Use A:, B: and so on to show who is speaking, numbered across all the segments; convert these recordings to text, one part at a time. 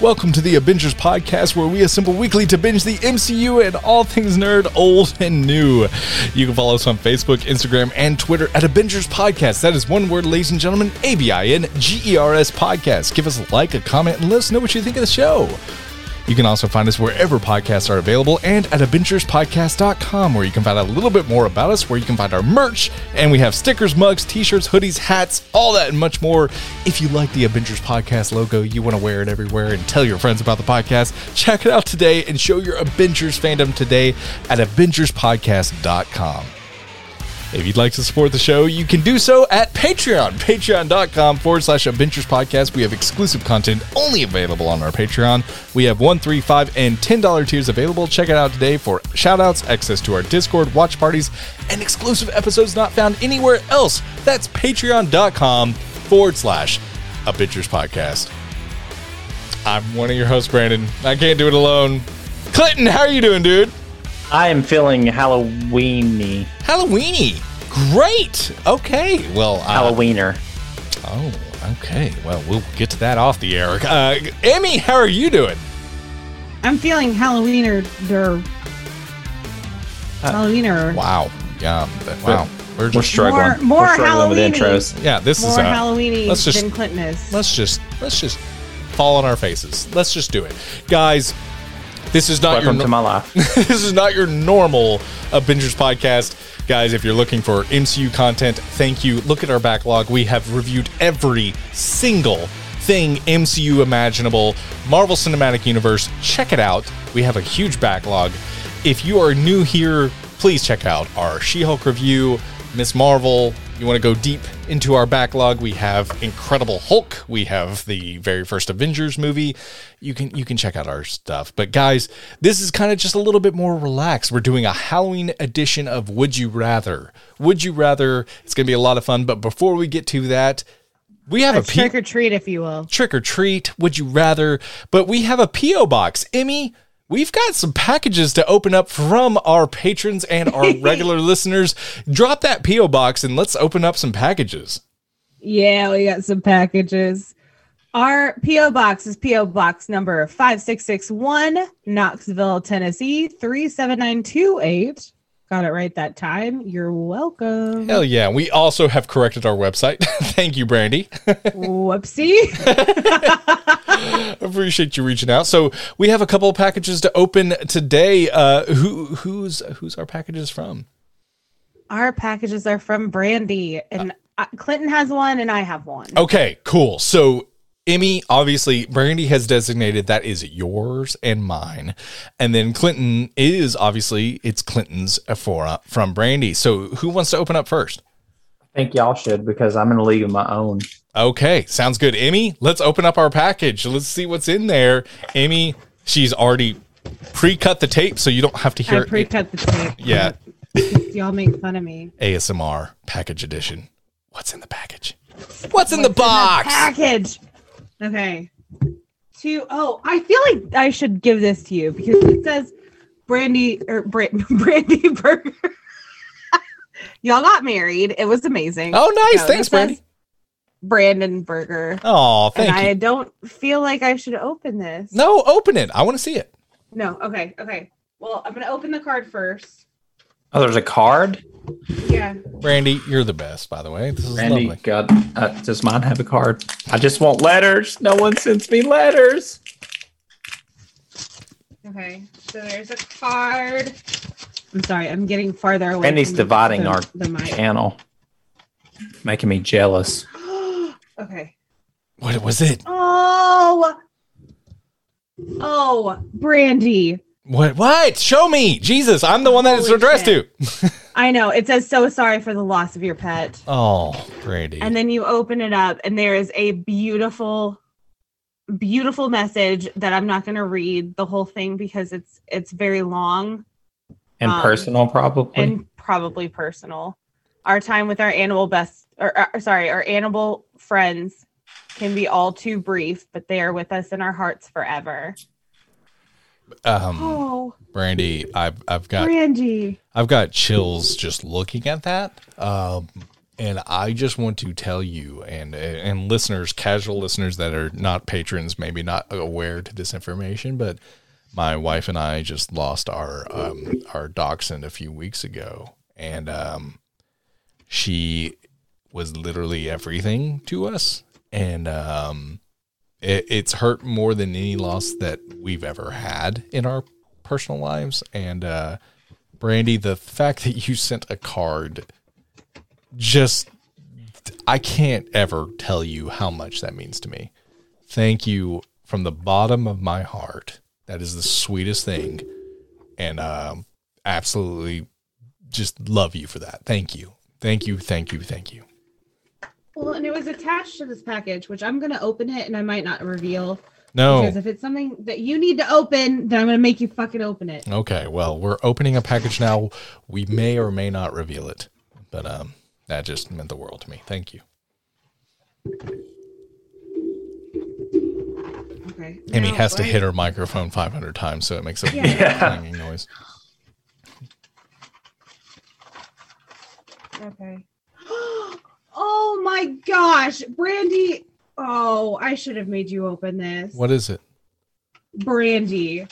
A: Welcome to the Avengers Podcast, where we assemble weekly to binge the MCU and all things nerd, old and new. You can follow us on Facebook, Instagram, and Twitter at Avengers Podcast. That is one word, ladies and gentlemen A B I N G E R S Podcast. Give us a like, a comment, and let us know what you think of the show. You can also find us wherever podcasts are available and at adventurespodcast.com, where you can find out a little bit more about us, where you can find our merch, and we have stickers, mugs, t shirts, hoodies, hats, all that and much more. If you like the Adventures Podcast logo, you want to wear it everywhere and tell your friends about the podcast, check it out today and show your Adventures fandom today at adventurespodcast.com. If you'd like to support the show, you can do so at Patreon, patreon.com forward slash adventures podcast. We have exclusive content only available on our Patreon. We have one, three, five, and ten dollar tiers available. Check it out today for shout outs, access to our Discord, watch parties, and exclusive episodes not found anywhere else. That's patreon.com forward slash adventures podcast. I'm one of your hosts, Brandon. I can't do it alone. Clinton, how are you doing, dude?
B: I am feeling Halloweeny,
A: Halloweeny. Great. Okay. Well, uh,
B: Halloweener.
A: oh, okay. Well, we'll get to that off the air. Uh, Emmy, how are you doing?
C: I'm feeling Halloweener. Der, Halloweener.
A: Uh, Wow. Yeah. th- Wow. We're
B: We're
A: just
B: struggling.
C: More- more
B: We're struggling with
C: Halloweeny.
B: intros.
A: yeah. This
C: More
A: is uh,
C: Halloweeny
A: let's just-
C: than Clinton is.
A: let's just let's just fall on our faces. Let's just do it, guys. This is not
B: Welcome
A: your no-
B: to my life.
A: this is not your normal Avengers podcast. Guys, if you're looking for MCU content, thank you. Look at our backlog. We have reviewed every single thing MCU imaginable, Marvel Cinematic Universe. Check it out. We have a huge backlog. If you are new here, please check out our She Hulk review, Miss Marvel. You want to go deep into our backlog? We have Incredible Hulk. We have the very first Avengers movie. You can you can check out our stuff. But guys, this is kind of just a little bit more relaxed. We're doing a Halloween edition of Would You Rather. Would You Rather? It's going to be a lot of fun. But before we get to that, we have a
C: Let's
A: P-
C: trick or treat, if you will.
A: trick or treat, would you rather? But we have a P.O. box. Emmy, we've got some packages to open up from our patrons and our regular listeners. Drop that P.O. box and let's open up some packages.
C: Yeah, we got some packages. Our P.O. box is P.O. box number 5661, Knoxville, Tennessee 37928. Got it right that time. You're welcome.
A: Hell yeah. We also have corrected our website. Thank you, Brandy.
C: Whoopsie.
A: Appreciate you reaching out. So we have a couple of packages to open today. Uh who who's who's our packages from?
C: Our packages are from Brandy, and uh, Clinton has one, and I have one.
A: Okay, cool. So, Emmy, obviously, Brandy has designated that is yours and mine. And then Clinton is obviously, it's Clinton's for, from Brandy. So, who wants to open up first?
B: I think y'all should because I'm in a league of my own.
A: Okay, sounds good. Emmy, let's open up our package. Let's see what's in there. Emmy, she's already pre cut the tape so you don't have to
C: I
A: hear it.
C: pre cut the tape.
A: yeah,
C: Y'all make fun of me.
A: ASMR package edition. What's in the package? What's in the box?
C: package. Okay. To oh, I feel like I should give this to you because it says brandy or Bra- brandy burger. Y'all got married. It was amazing.
A: oh, nice.
C: No,
A: Thanks,
C: this says
A: Brandy.
C: Brandon burger.
A: Oh, thank
C: and
A: you.
C: I don't feel like I should open this.
A: No, open it. I want to see it.
C: No. Okay. Okay. Well, I'm gonna open the card first.
B: Oh, there's a card.
C: Yeah.
A: Brandy, you're the best, by the way. This is
B: Randy,
A: lovely.
B: God, uh, does mine have a card? I just want letters. No one sends me letters.
C: Okay. So there's a card. I'm sorry. I'm getting farther away.
B: Brandy's
C: from
B: dividing
C: the-
B: our
C: the mic.
B: Channel, making me jealous.
C: okay.
A: What was it?
C: Oh, oh, Brandy.
A: What? What? Show me, Jesus! I'm the one that it's
C: Holy
A: addressed
C: shit.
A: to.
C: I know it says so sorry for the loss of your pet,
A: Oh, Brandy.
C: and then you open it up, and there is a beautiful, beautiful message that I'm not going to read the whole thing because it's it's very long
B: And
C: Um,
B: personal, probably.
C: and probably personal. Our time with our animal best, or uh, sorry, our animal friends can be all too brief, but they are with us in our hearts forever.
A: um,
C: Oh,
A: Brandy, I've I've got
C: Brandy.
A: I've got chills just looking at that. Um, And I just want to tell you and and listeners, casual listeners that are not patrons, maybe not aware to this information, but my wife and I just lost our um, our dachshund a few weeks ago, and um, she was literally everything to us, and um, it, it's hurt more than any loss that we've ever had in our personal lives. And uh, Brandy, the fact that you sent a card, just I can't ever tell you how much that means to me. Thank you from the bottom of my heart. That is the sweetest thing, and um, absolutely just love you for that. Thank you, thank you, thank you, thank you.
C: Well, and it was attached to this package, which I'm going to open it and I might not reveal.
A: No,
C: Because if it's something that you need to open, then I'm going to make you fucking open it.
A: Okay, well, we're opening a package now. We may or may not reveal it, but um, that just meant the world to me. Thank you.
C: Okay.
A: Amy
C: Now,
A: has to
C: Brian-
A: hit her microphone 500 times, so it makes a
C: Yeah.
A: weird
B: Yeah.
A: clanging noise.
C: Okay. oh my gosh, Brandy. Oh, I should have made you open this.
A: What is it?
C: Brandy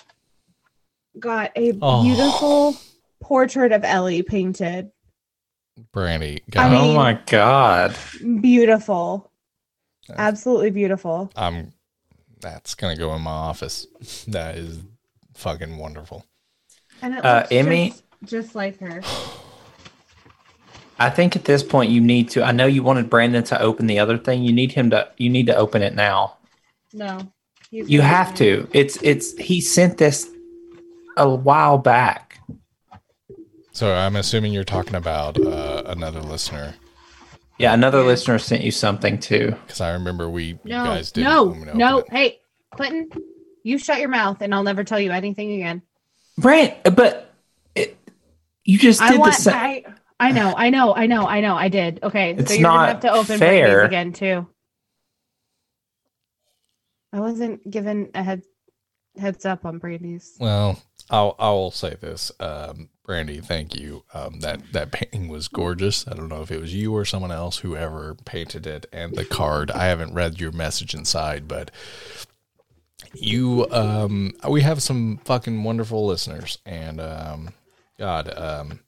C: got a
A: Oh.
C: beautiful portrait of Ellie painted.
A: Brandy.
C: I
A: God,
B: oh
C: mean-
B: my god.
C: Beautiful.
A: Nice.
C: Absolutely beautiful.
A: I'm. That's gonna go in my office. That is fucking wonderful.
C: And it
B: Uh,
C: looks
B: Amy?
C: just, just like her.
B: I think at this point you need to. I know you wanted Brandon to open the other thing. You need him to. You need to open it now.
C: No. he's
B: You
C: not
B: have
C: mine.
B: to. It's it's. He sent this a while back.
A: So I'm assuming you're talking about uh, another listener
B: Yeah, another listener sent you something too.
A: because I remember we
C: No.
A: you guys did.
C: no. No. Hey, Clinton, you shut your mouth and I'll never tell you anything again.
B: Brand, but it, you just
C: I
B: did
C: want.
B: the same.
C: I, I know. I know. I know. I know. I did. Okay.
B: It's
C: so you're
B: not
C: gonna have to open
B: fair.
C: Brandy's again too. I wasn't given a head heads up on Brandy's.
A: Well, I'll I will say this, um, Brandy. Thank you. Um, that that painting was gorgeous. I don't know if it was you or someone else, whoever painted it, and the card. I haven't read your message inside, but you, um, we have some fucking wonderful listeners, and um, God, um,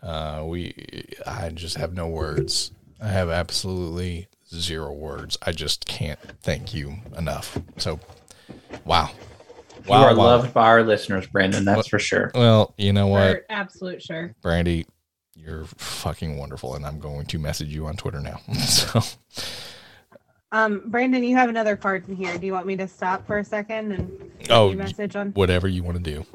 A: uh, we, I just have no words. I have absolutely zero words. I just can't thank you enough. So, wow.
B: you are loved by our listeners, Brandon. That's for sure.
A: Well, you know what,
C: For absolute sure.
A: Brandy, you're fucking wonderful, and I'm going to message you on Twitter now. so
C: Um, Brandon, you have another card in here. Do you want me to stop for a second and
A: Oh,
C: you message on?
A: whatever you want to do.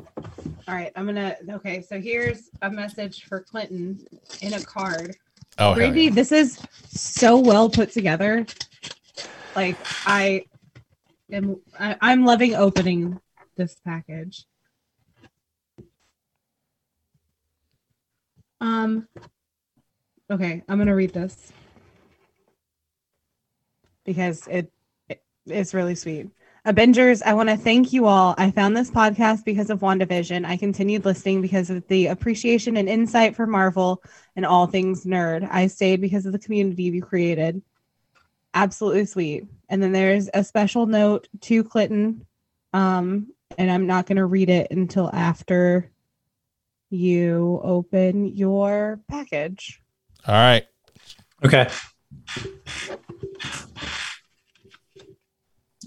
C: All right, I'm gonna. Okay, so here's a message for Clinton in a card.
A: Oh, hell
C: Brandy,
A: yeah.
C: this is so well put together. Like I am, I, I'm loving opening this package. Um. Okay, I'm gonna read this because it, it it's really sweet. Avengers, I want to thank you all. I found this podcast because of WandaVision. I continued listening because of the appreciation and insight for Marvel and all things nerd. I stayed because of the community you created. Absolutely sweet. And then there's a special note to Clinton. Um, and I'm not going to read it until after you open your package.
A: All right.
B: Okay.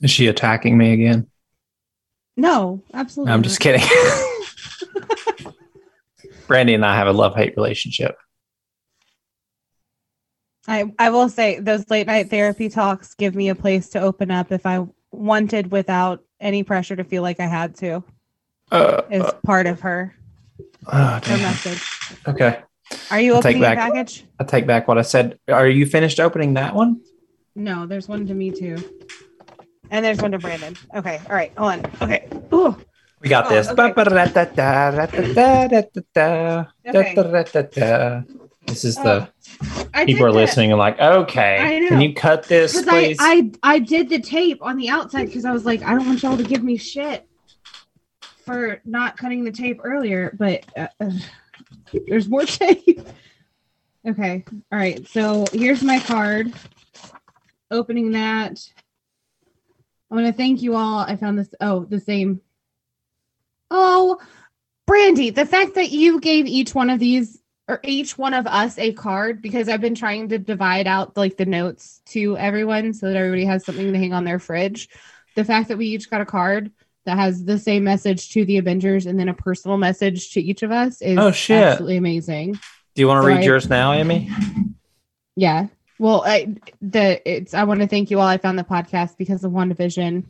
B: Is she attacking me again?
C: No, absolutely.
B: I'm just
C: not.
B: kidding. Brandy and I have a love hate relationship.
C: I, I will say those late night therapy talks give me a place to open up if I wanted without any pressure to feel like I had to,
B: Uh,
C: is part of her,
B: oh,
C: her
B: damn.
C: message.
B: Okay.
C: Are you
B: I'll take
C: opening your
B: back-
C: package?
B: I take back what I said. Are you finished opening that one?
C: No, there's one to me too. And there's one to Brandon. Okay. All right. Hold on. Okay. Ooh.
B: We got
C: Oh,
B: this.
C: okay.
B: Ba-ba-da-da-da, da-da-da-da-da,
C: Okay. Uh,
B: da-da-da-da-da. This is the
C: I
B: people are
C: did that
B: listening and like, okay,
C: I know.
B: can you cut this,
C: 'cause I,
B: please?
C: I I did the tape on the outside because I was like, I don't want y'all to give me shit for not cutting the tape earlier, but uh, uh, there's more tape. Okay. All right. So here's my card. Opening that. I want to thank you all. I found this. Oh, the same. Oh, Brandy, the fact that you gave each one of these or each one of us a card because I've been trying to divide out like the notes to everyone so that everybody has something to hang on their fridge. The fact that we each got a card that has the same message to the Avengers and then a personal message to each of us is
B: Oh, shit.
C: absolutely amazing.
B: Do you want to read
C: Right.
B: yours now, Amy?
C: Yeah. Well, I the it's I want to thank you all. I found the podcast because of WandaVision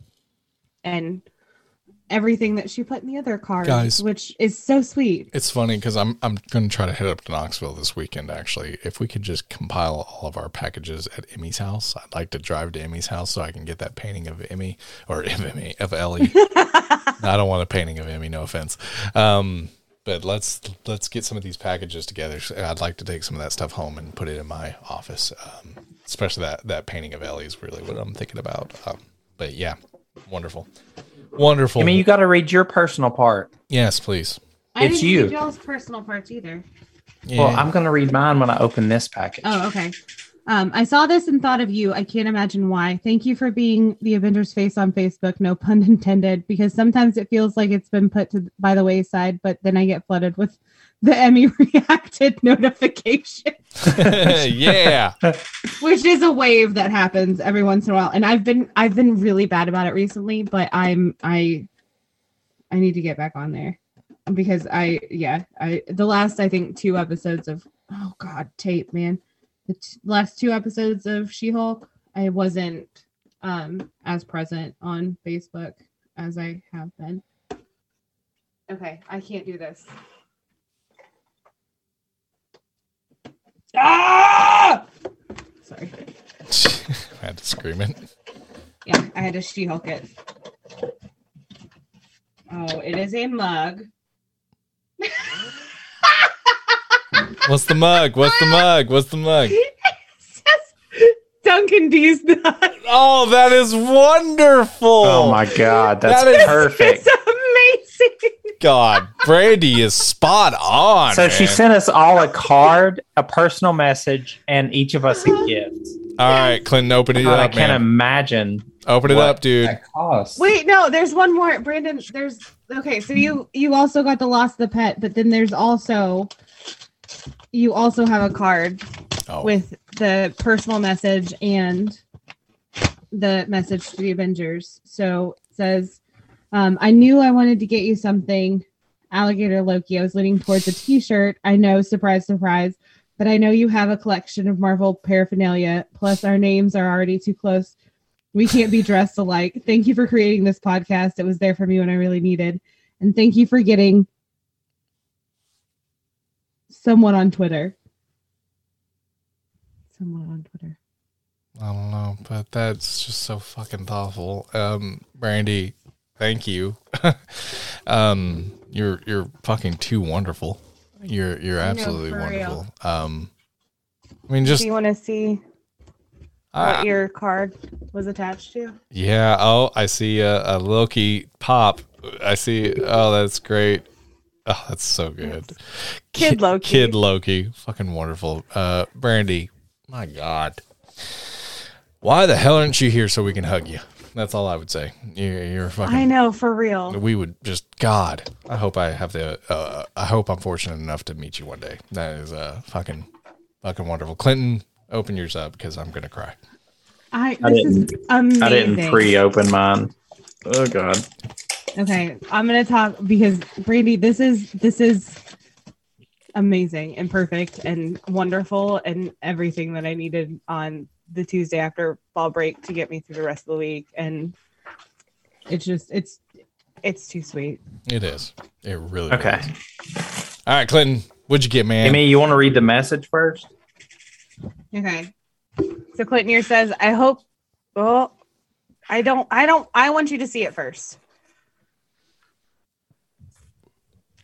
C: and everything that she put in the other cards,
A: Guys.
C: which is so sweet.
A: It's funny because I'm I'm going to try to head up to Knoxville this weekend. Actually, if we could just compile all of our packages at Emmy's house, I'd like to drive to Emmy's house so I can get that painting of Emmy or of Emmy of Ellie. I don't want a painting of Emmy. No offense. Um, but let's let's get some of these packages together. I'd like to take some of that stuff home and put it in my office. Um, especially that that painting of Ellie is really what I'm thinking about. Um, but yeah, wonderful, wonderful.
B: I mean, you got to read your personal part.
A: yes, please.
C: I
B: It's
C: didn't read
B: you.
C: y'all's personal parts either.
B: Well,
A: Yeah.
B: I'm going to read mine when I open this package.
C: Oh, okay. Um, I saw this and thought of you. I can't imagine why. Thank you for being the Avengers face on Facebook. No pun intended, because sometimes it feels like it's been put to by the wayside, but then I get flooded with the Emmy reacted notification.
A: yeah.
C: which is a wave that happens every once in a while and i've been i've been really bad about it recently but i'm i i need to get back on there because i yeah i the last i think two episodes of oh god tape man the t- last two episodes of she-hulk i wasn't um as present on facebook as i have been okay i can't do this ah! sorry
A: I had to scream it.
C: Yeah, I had to She Hulk it. Oh, it is a mug.
A: What's the mug? What's the mug? What's the mug?
C: it says Duncan D's nuts.
A: Oh, that is wonderful.
B: Oh my God. That's
A: That is-
B: perfect.
C: It's amazing.
A: God. Brandy is spot on.
B: So she
A: man.
B: sent us all a card, a personal message, and each of us a gift.
A: All right, Clinton, open it
B: God, I
A: up,
B: can't
A: man.
B: imagine
A: Open it
B: what
A: up, dude.
B: that cost.
C: Wait, no, there's one more, Brandon. There's okay. So you you also got the loss of the pet, but then there's also you also have a card
A: Oh,
C: with the personal message and the message to the Avengers. So it says, um, I knew I wanted to get you something, Alligator Loki. I was leaning towards a t shirt. I know, surprise, surprise, but I know you have a collection of Marvel paraphernalia. Plus, our names are already too close. We can't be dressed alike. Thank you for creating this podcast. It was there for me when I really needed. And thank you for getting someone on Twitter. Someone on Twitter.
A: I don't know, but that's just so fucking thoughtful. Um, Brandy, thank you. um, you're you're fucking too wonderful. You're you're
C: I know,
A: absolutely
C: for real.
A: wonderful. Um, I mean, just
C: Do you want to see
A: I-
C: what your card was attached to?
A: Yeah. Oh, I see a, a Loki pop. I see. Oh, that's great. Oh, that's so good.
C: Kid Loki.
A: Kid Loki. Fucking wonderful. Uh, Brandy. My God. Why the hell aren't you here so we can hug you? That's all I would say. You're, you're fucking.
C: I know for real.
A: We would just God. I hope I have the. Uh, I hope I'm fortunate enough to meet you one day. That is uh, fucking, fucking wonderful. Clinton, open yours up because I'm gonna cry.
C: I
B: I
C: this is amazing.
B: I didn't pre-open mine. Oh God.
C: Okay, I'm gonna talk because Brandy, this is this is amazing and perfect and wonderful and everything that I needed on the Tuesday after ball break to get me through the rest of the week. And it's just it's it's too sweet.
A: It is. It really.
B: Okay.
A: is. All right, Clinton, what'd you get, man?
B: Amy, you want to read the message first?
C: Okay. So Clinton here says, I hope well I don't I don't I want you to see it first.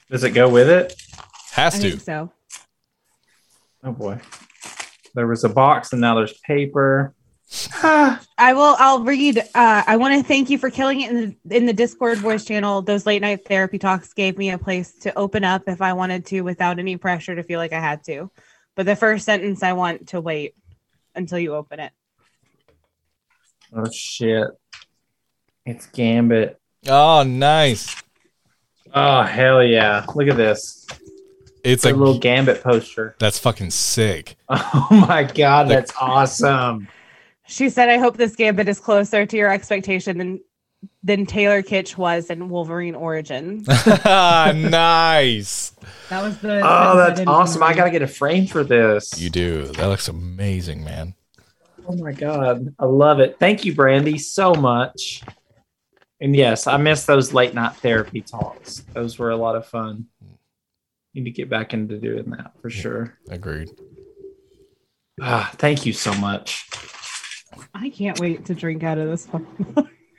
B: Does it go with it?
A: Has
C: I
A: to.
C: think so.
B: Oh boy. There was a box and now there's paper. Oh,
C: I will I'll read uh I want to thank you for killing it in the in the Discord voice channel. Those late night therapy talks gave me a place to open up if I wanted to without any pressure to feel like I had to. But the first sentence I want to wait until you open it.
B: Oh shit! It's Gambit.
A: Oh, nice.
B: Oh hell yeah! Look at this.
A: It's
B: It's a
A: like
B: little Gambit poster.
A: that's fucking sick.
B: Oh my god, that's awesome.
C: She said, I hope this gambit is closer to your expectation than than Taylor Kitsch was in Wolverine Origins.
A: nice.
C: That was the
B: Oh, that's awesome. I gotta get a frame for this.
A: You do. That looks amazing, man.
B: Oh my god, I love it. Thank you, Brandy, so much. And yes, I miss those late night therapy talks. Those were a lot of fun. Need to get back into doing that for sure.
A: Agreed.
B: Ah, thank you so much.
C: I can't wait to drink out of this fucking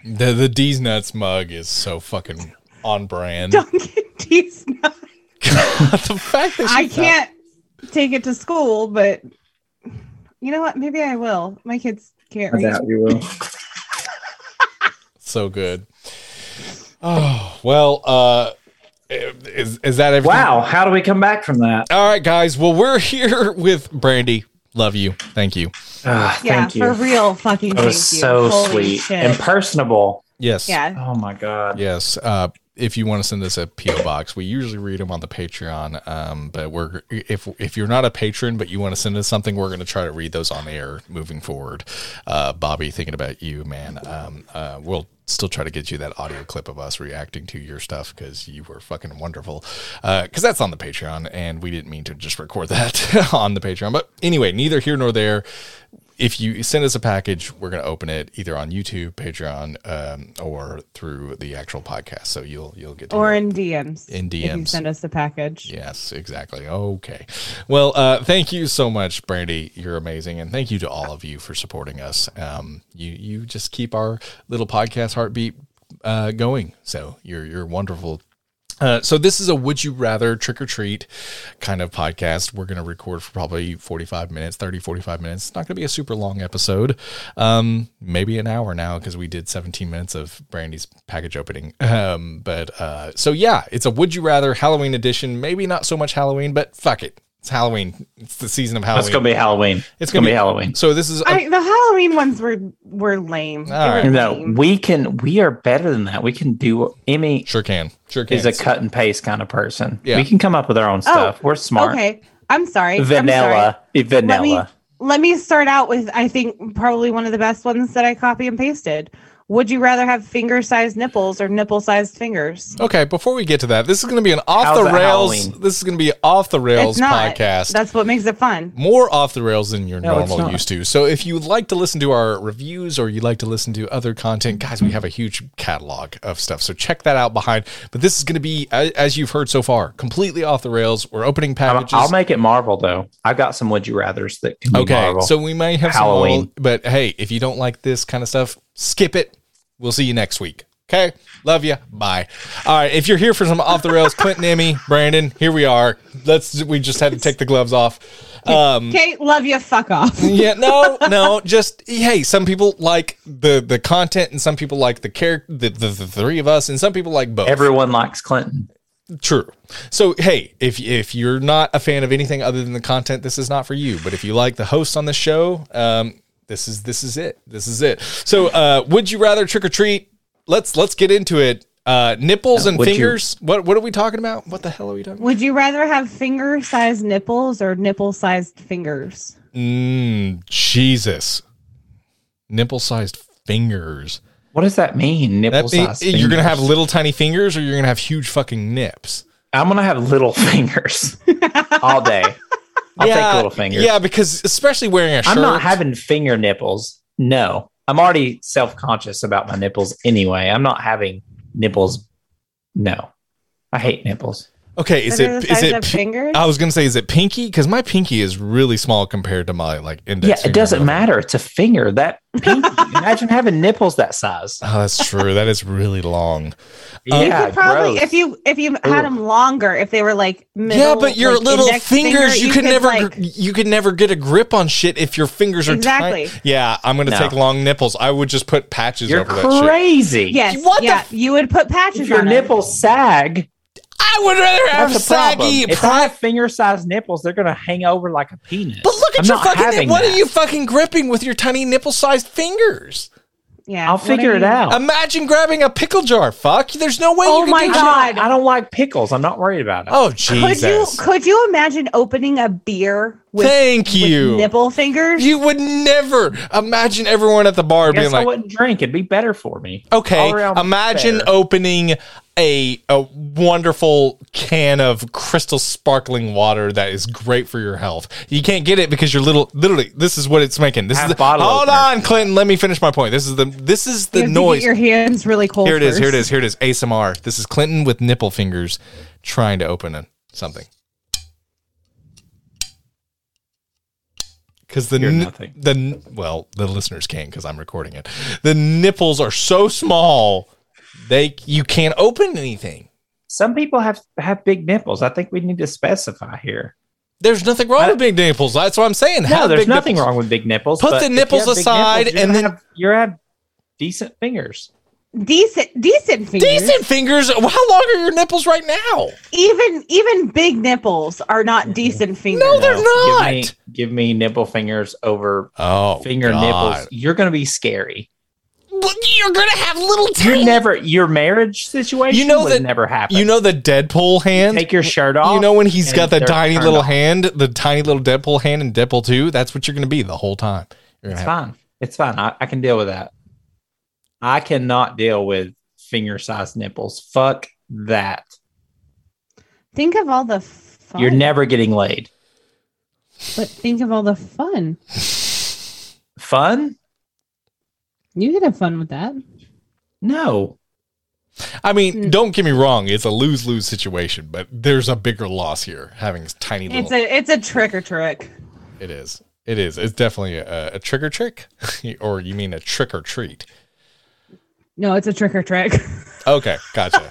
A: The the D's nuts mug is so fucking on brand.
C: Dunkin' Deez nut.
A: the fact that
C: I
A: she-
C: can't take it to school, but you know what? Maybe I will. My kids can't read.
B: you will.
A: so good. Oh well. Uh, is is that everything?
B: Wow, how do we come back from that?
A: All right, guys. Well, we're here with Brandy. Love you. Thank you.
B: Ah,
C: Yeah,
B: thank you.
C: for real fucking
B: That
C: thank
B: was
C: you.
B: so
C: Holy
B: sweet
C: shit.
B: and personable.
A: Yes.
C: yeah.
B: Oh my god.
A: Yes. Uh, if you want to send us a PO box, we usually read them on the Patreon. Um, but we're if if you're not a patron, but you want to send us something, we're going to try to read those on air moving forward. Uh, Bobby, thinking about you, man. Um, uh, we'll still try to get you that audio clip of us reacting to your stuff because you were fucking wonderful. Because that's on the Patreon, and we didn't mean to just record that on the Patreon. But anyway, neither here nor there if you send us a package, we're going to open it either on YouTube, Patreon, um, or through the actual podcast. So you'll you'll get to
C: Or
A: hear-
C: in DMs.
A: In
C: If you
A: DMs.
C: send us a package.
A: yes, exactly. Okay, well, uh, thank you so much, Brandy. You're amazing, and thank you to all of you for supporting us. Um, you you just keep our little podcast heartbeat uh, going. So you're you're wonderful uh, so this is a would you rather trick or treat kind of podcast we're going to record for probably 45 minutes 30 45 minutes it's not going to be a super long episode um, maybe an hour now because we did 17 minutes of brandy's package opening um, but uh, so yeah it's a would you rather halloween edition maybe not so much halloween but fuck it it's halloween it's the season of halloween
B: That's gonna be Halloween. It's gonna, be, Halloween.
A: so this is a-
C: I, the Halloween ones were were lame. They
A: All
C: were
A: right.
B: No,
C: lame.
B: we can. We are better than that. We can do. Emmy
A: sure can sure can
B: is a cut and paste kind of person.
A: Yeah.
B: We can come up with our own stuff. We're smart.
C: Oh, Okay. I'm sorry. I'm sorry.
B: Vanilla. Be
C: Let me
B: Vanilla.
C: let me start out with I think probably one of the best ones that I copy and pasted. Would you rather have finger sized nipples or nipple sized fingers?
A: Okay, before we get to that, this is going to be an off
B: How's
A: the
B: it
A: rails.
B: Halloween?
A: This is going to be off the rails
C: It's not.
A: podcast.
C: That's what makes it fun.
A: more off the rails than you're
B: No, it's
A: normal
B: not.
A: used to. So if you like to listen to our reviews or you like to listen to other content, guys, we have a huge catalog of stuff. So check that out behind. But this is going to be, a- as you've heard so far, completely off the rails. We're opening
B: I'm-
A: packages.
B: I'll make it Marvel though. I've got some would you rather's that can be
A: okay,
B: Marvel.
A: so we may have
B: Halloween.
A: some, but hey, if you don't like this kind of stuff, skip it. We'll see you next week. Okay, love you. Bye. All right, if you're here for some off the rails, Clinton, Emmy, Brandon, here we are. Let's. We just had to take the gloves off. Um,
C: Okay, love you, fuck off.
A: yeah no no just hey some people like the the content and some people like the character the, the, the three of us and some people like both
B: everyone likes Clinton.
A: true so hey if if you're not a fan of anything other than the content this is not for you but if you like the hosts on the show um this is this is it this is it so uh would you rather trick or treat let's let's get into it uh nipples and
B: Would you-
A: fingers what what are we talking about what the hell are we talking about
C: Would you rather have finger sized nipples or nipple sized fingers?
A: mm, jesus nipple sized fingers
B: What does that mean? Nipple
A: That mean-
B: size.
A: you're gonna
B: fingers?
A: have little tiny fingers, or you're gonna have huge fucking nips.
B: I'm gonna have little fingers all day. I'll take little fingers.
A: Yeah, because especially wearing a shirt.
B: I'm not having finger nipples. No, I'm already self conscious about my nipples anyway. I'm not having nipples. No, I hate nipples.
A: okay, is
C: That
A: it
C: are
A: Oh,
C: the
A: is
C: size
A: it?
C: of
A: pi-
C: fingers?
A: I was gonna say, is it pinky? Because my pinky is really small compared to my like index.
B: yeah, it
A: finger.
B: doesn't matter. It's a finger. That pinky. imagine having nipples that size.
A: Oh, that's true. that is really long.
C: you
B: yeah,
C: could probably
B: gross.
C: if you if you had them longer if they were like middle,
A: yeah, but your
C: like,
A: little
C: index
A: fingers,
C: finger,
A: you, could, never
C: like-
A: gr- you could never get a grip on shit if your fingers are
C: Exactly.
A: tiny. Yeah, I'm gonna
B: No.
A: take long nipples. I would just put patches
B: you're
A: over that shit.
B: crazy.
C: yes
A: What the
C: yeah
A: f-
C: you would put patches
B: If your
C: on 'em.
B: nipples sag,
A: I would rather have
B: That's a problem.
A: saggy.
B: If
A: pri-
B: I have finger-sized nipples, they're gonna hang over like a penis.
A: but look at
B: I'm
A: your
B: not
A: fucking.
B: having
A: What
B: that.
A: are you fucking gripping with your tiny nipple-sized fingers?
C: Yeah,
B: I'll
C: what do
B: figure
C: you-
B: it out.
A: Imagine grabbing a pickle jar. Fuck. There's no way.
C: Oh
A: you could
C: my
A: do-
B: I don't,
C: God.
B: I don't like pickles. I'm not worried about it.
A: Oh
C: Could you
A: Jesus.
C: could you imagine opening a beer with,
A: Thank
C: with
A: you.
C: nipple fingers?
A: You would never imagine everyone at the bar
B: I guess
A: being
B: I
A: like, Oh.
B: wouldn't drink. It'd be better for me.
A: Okay.
B: All around
A: Imagine
B: fair.
A: opening a a wonderful can of crystal sparkling water that is great for your health. You can't get it because you're little literally this is what it's making. This
B: Half
A: is the,
B: bottle
A: Hold
B: opener.
A: on, Clinton, let me finish my point. This is the this is
C: You
A: the
C: have to
A: noise.
C: Get your hands really cold.
A: Here it is, here it
C: first.
A: is, here it is. ASMR. This is Clinton with nipple fingers trying to open a, something. Because the
B: Hear
A: n-
B: nothing.
A: the n- well, the listeners can because I'm recording it. The nipples are so small they you can't open anything.
B: Some people have have big nipples. I think we need to specify here.
A: There's nothing wrong
B: I-
A: with big nipples. That's what I'm saying.
B: No, there's nothing wrong with big nipples.
A: Put
B: but
A: the
B: if you
A: nipples
B: have big
A: aside
B: nipples, you're
A: and
B: gonna
A: then-
B: have, you have decent fingers.
C: Decent, decent fingers.
A: Decent fingers. How long are your nipples right now?
C: Even even big nipples are not decent fingers.
A: No, they're not.
B: Give me, give me nipple fingers over
A: Oh,
B: finger nipples.
A: God.
B: You're gonna be scary.
A: Well, You're gonna have little.
B: You're
A: tiny-
B: never your marriage situation.
A: You know
B: would
A: that-
B: never happen.
A: You know the Deadpool hand.
B: take your shirt off.
A: You know when he's
B: and
A: got that
B: they're
A: tiny
B: turned
A: little
B: off.
A: hand, the tiny little Deadpool hand in Deadpool 2? That's what you're going to be the whole time. You're
B: It's
A: gonna have-
B: fine. It's fine. I, I can deal with that. I cannot deal with finger sized nipples. Fuck that.
C: Think of all the fun.
B: You're never getting laid.
C: But think of all the fun.
B: Fun?
C: You could have fun with that.
B: No.
A: I mean,
C: Mm.
A: don't get me wrong. It's a lose lose situation, but there's a bigger loss here having s- tiny
C: It's
A: little.
C: a it's a trick or trick.
A: it is. It is. It's definitely a, a trick or trick, or you mean a trick or treat.
C: No, it's a trick or trick.
A: Okay, gotcha.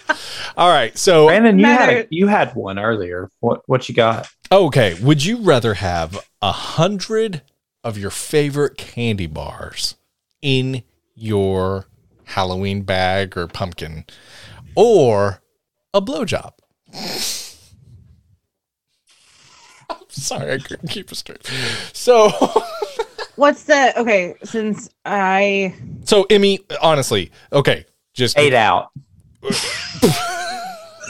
A: All right. So,
B: Brandon, you had a,
C: Matter-
B: you had one earlier. What what you got?
A: okay, would you rather have a hundred of your favorite candy bars in your Halloween bag or pumpkin, or a blowjob? I'm sorry, I couldn't keep it straight. So,
C: What's the okay? Since I
A: so Emmy, honestly, okay, just
B: Eight out.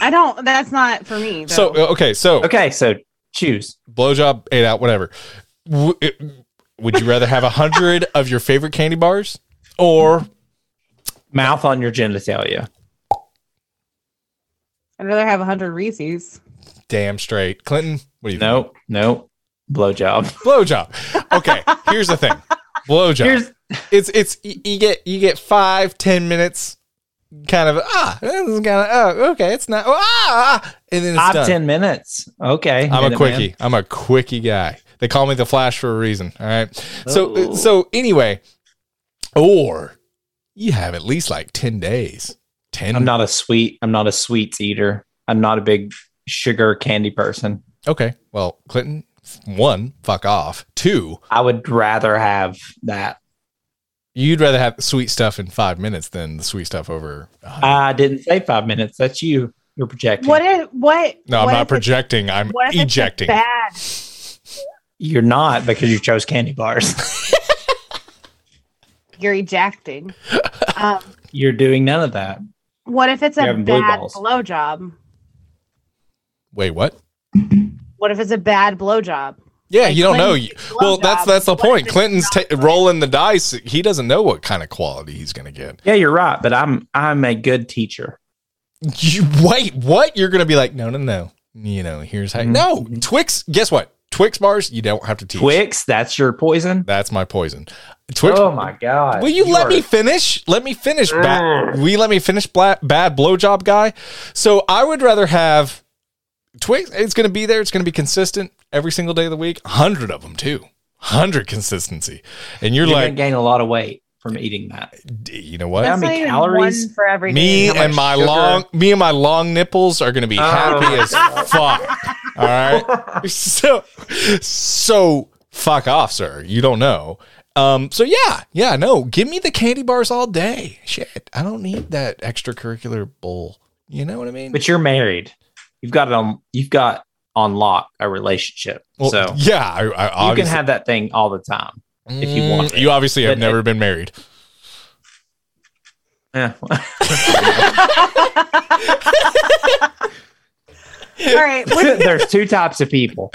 C: I don't. That's not for me.
A: so uh,
C: though.
A: okay, so
B: Okay, so choose.
A: blowjob, eight out, whatever. W- it- would you rather have a hundred of your favorite candy bars or
B: Mouth on your genitalia.
C: I'd rather have hundred Reese's.
A: damn straight, Clinton? What do you
B: No, no. Blowjob.
A: think? Blowjob. Okay, here's the thing. Blowjob.
B: Here's
A: it's it's y- you get you get five ten minutes, kind of ah, this is kind of oh okay, it's not ah, ah, and then it's
B: five,
A: done.
B: ten minutes. Okay.
A: I'm a
B: Minute Man.
A: quickie. I'm a quickie guy. They call me the Flash for a reason. All right. So uh,
B: Oh.
A: so anyway, or you have at least like ten days. Ten.
B: I'm not a sweet. I'm not a sweets eater. I'm not a big sugar candy person.
A: okay. Well, Clinton, one, fuck off. Two,
B: I would rather have that.
A: you'd rather have sweet stuff in five minutes than the sweet stuff over. a hundred.
C: Uh,
B: I didn't say five minutes. That's you. You're projecting.
C: What if what?
A: no, I'm
C: what
A: not
C: if it's-
A: projecting. I'm
C: what if it's
A: ejecting.
C: Bad.
B: You're not because you chose candy bars.
C: You're ejecting. Um,
B: You're doing none of that.
C: what if it's
B: You're
C: a
B: having blue
C: bad
B: balls.
C: blowjob?
A: Wait, what?
C: What if it's a bad blowjob?
A: Yeah,
C: Like
A: you don't know.
C: Clinton's
A: You- Well,
C: blowjob,
A: that's that's the
C: what if
A: point.
C: it's
A: Clinton's
C: not
A: ta- rolling the dice. He doesn't know what kind of quality he's going to get.
B: Yeah, you're right. But I'm I'm a good teacher.
A: you wait what you're gonna be like no no no you know here's how
B: Mhm.
A: no twix guess what twix bars you don't have to teach
B: Twix, that's your poison.
A: that's my poison twix
B: oh my god.
A: will you, let
B: are-
A: me finish let me finish ba- will you let me finish bla- bad blowjob guy so i would rather have twix it's gonna be there it's gonna be consistent every single day of the week 100 of them too 100 consistency and you're,
B: You're gonna
A: like
B: gain a lot of weight from eating that.
A: D- you know what
B: That's many calories?
C: one for every
A: me
C: day.
B: how much
A: and my
B: sugar-
A: long me and my long nipples are gonna be
B: Oh.
A: happy as fuck all right so so fuck off sir you don't know um so yeah yeah no give me the candy bars all day shit i don't need that extracurricular bull you know what i mean
B: But you're married. you've got it on you've got on lock a relationship.
A: Well,
B: so
A: yeah, I, I
B: you can
A: obviously,
B: have that thing all the time. if you want
A: Mm,
B: it.
A: You obviously have
B: But-
A: never been married.
B: Yeah.
C: All right. what-
B: There's two types of people.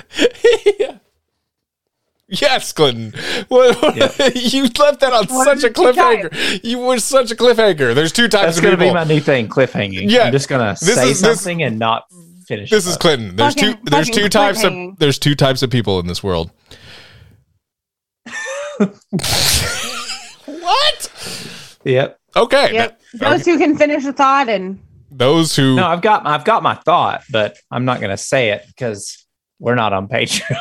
A: Yes, Clinton. What, what- you left that on
C: What
A: such a
C: did you type?
A: cliffhanger. You were such a cliffhanger. There's two types
B: That's
A: of
B: going to
A: people.
B: be my new thing, cliffhanging.
A: Yeah.
B: I'm just going to
A: This
B: say
A: is- this-
B: something and not finish.
A: this
B: it
A: is
B: up.
A: Clinton. There's
D: Fucking-
A: two. There's
D: fucking
A: two types of.
D: cliffhanging.
A: There's two types of people in this world. what?
B: Yep.
A: Okay.
D: Yep.
C: Those who can finish a thought and
A: Those who.
B: No, I've got I've got my thought, but I'm not going to say it because we're not on Patreon.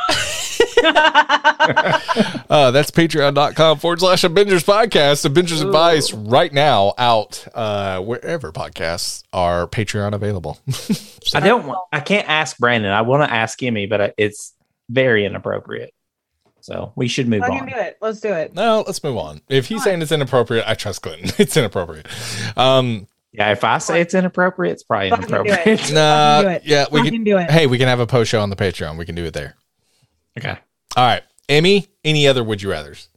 A: Uh, that's patreon.com forward slash Avengers podcast. Avengers advice right now out uh, wherever podcasts are Patreon available.
B: I don't want. I can't ask Brandon. I want to ask Emmy, but I- it's very inappropriate. So we should move
C: fucking do
B: on.
C: it. Let's do it.
A: no, let's move on. If he's saying it's inappropriate, I trust Clinton. It's inappropriate. Um,
B: Yeah, if I say it's inappropriate, it's probably
C: Fucking do it.
B: inappropriate.
A: nah,
C: do it.
A: yeah, we
C: Fucking
A: can.
C: do it.
A: Hey, we can have a post show on the Patreon. We can do it there.
B: okay.
A: All right, Emmy. Any other would you rather's?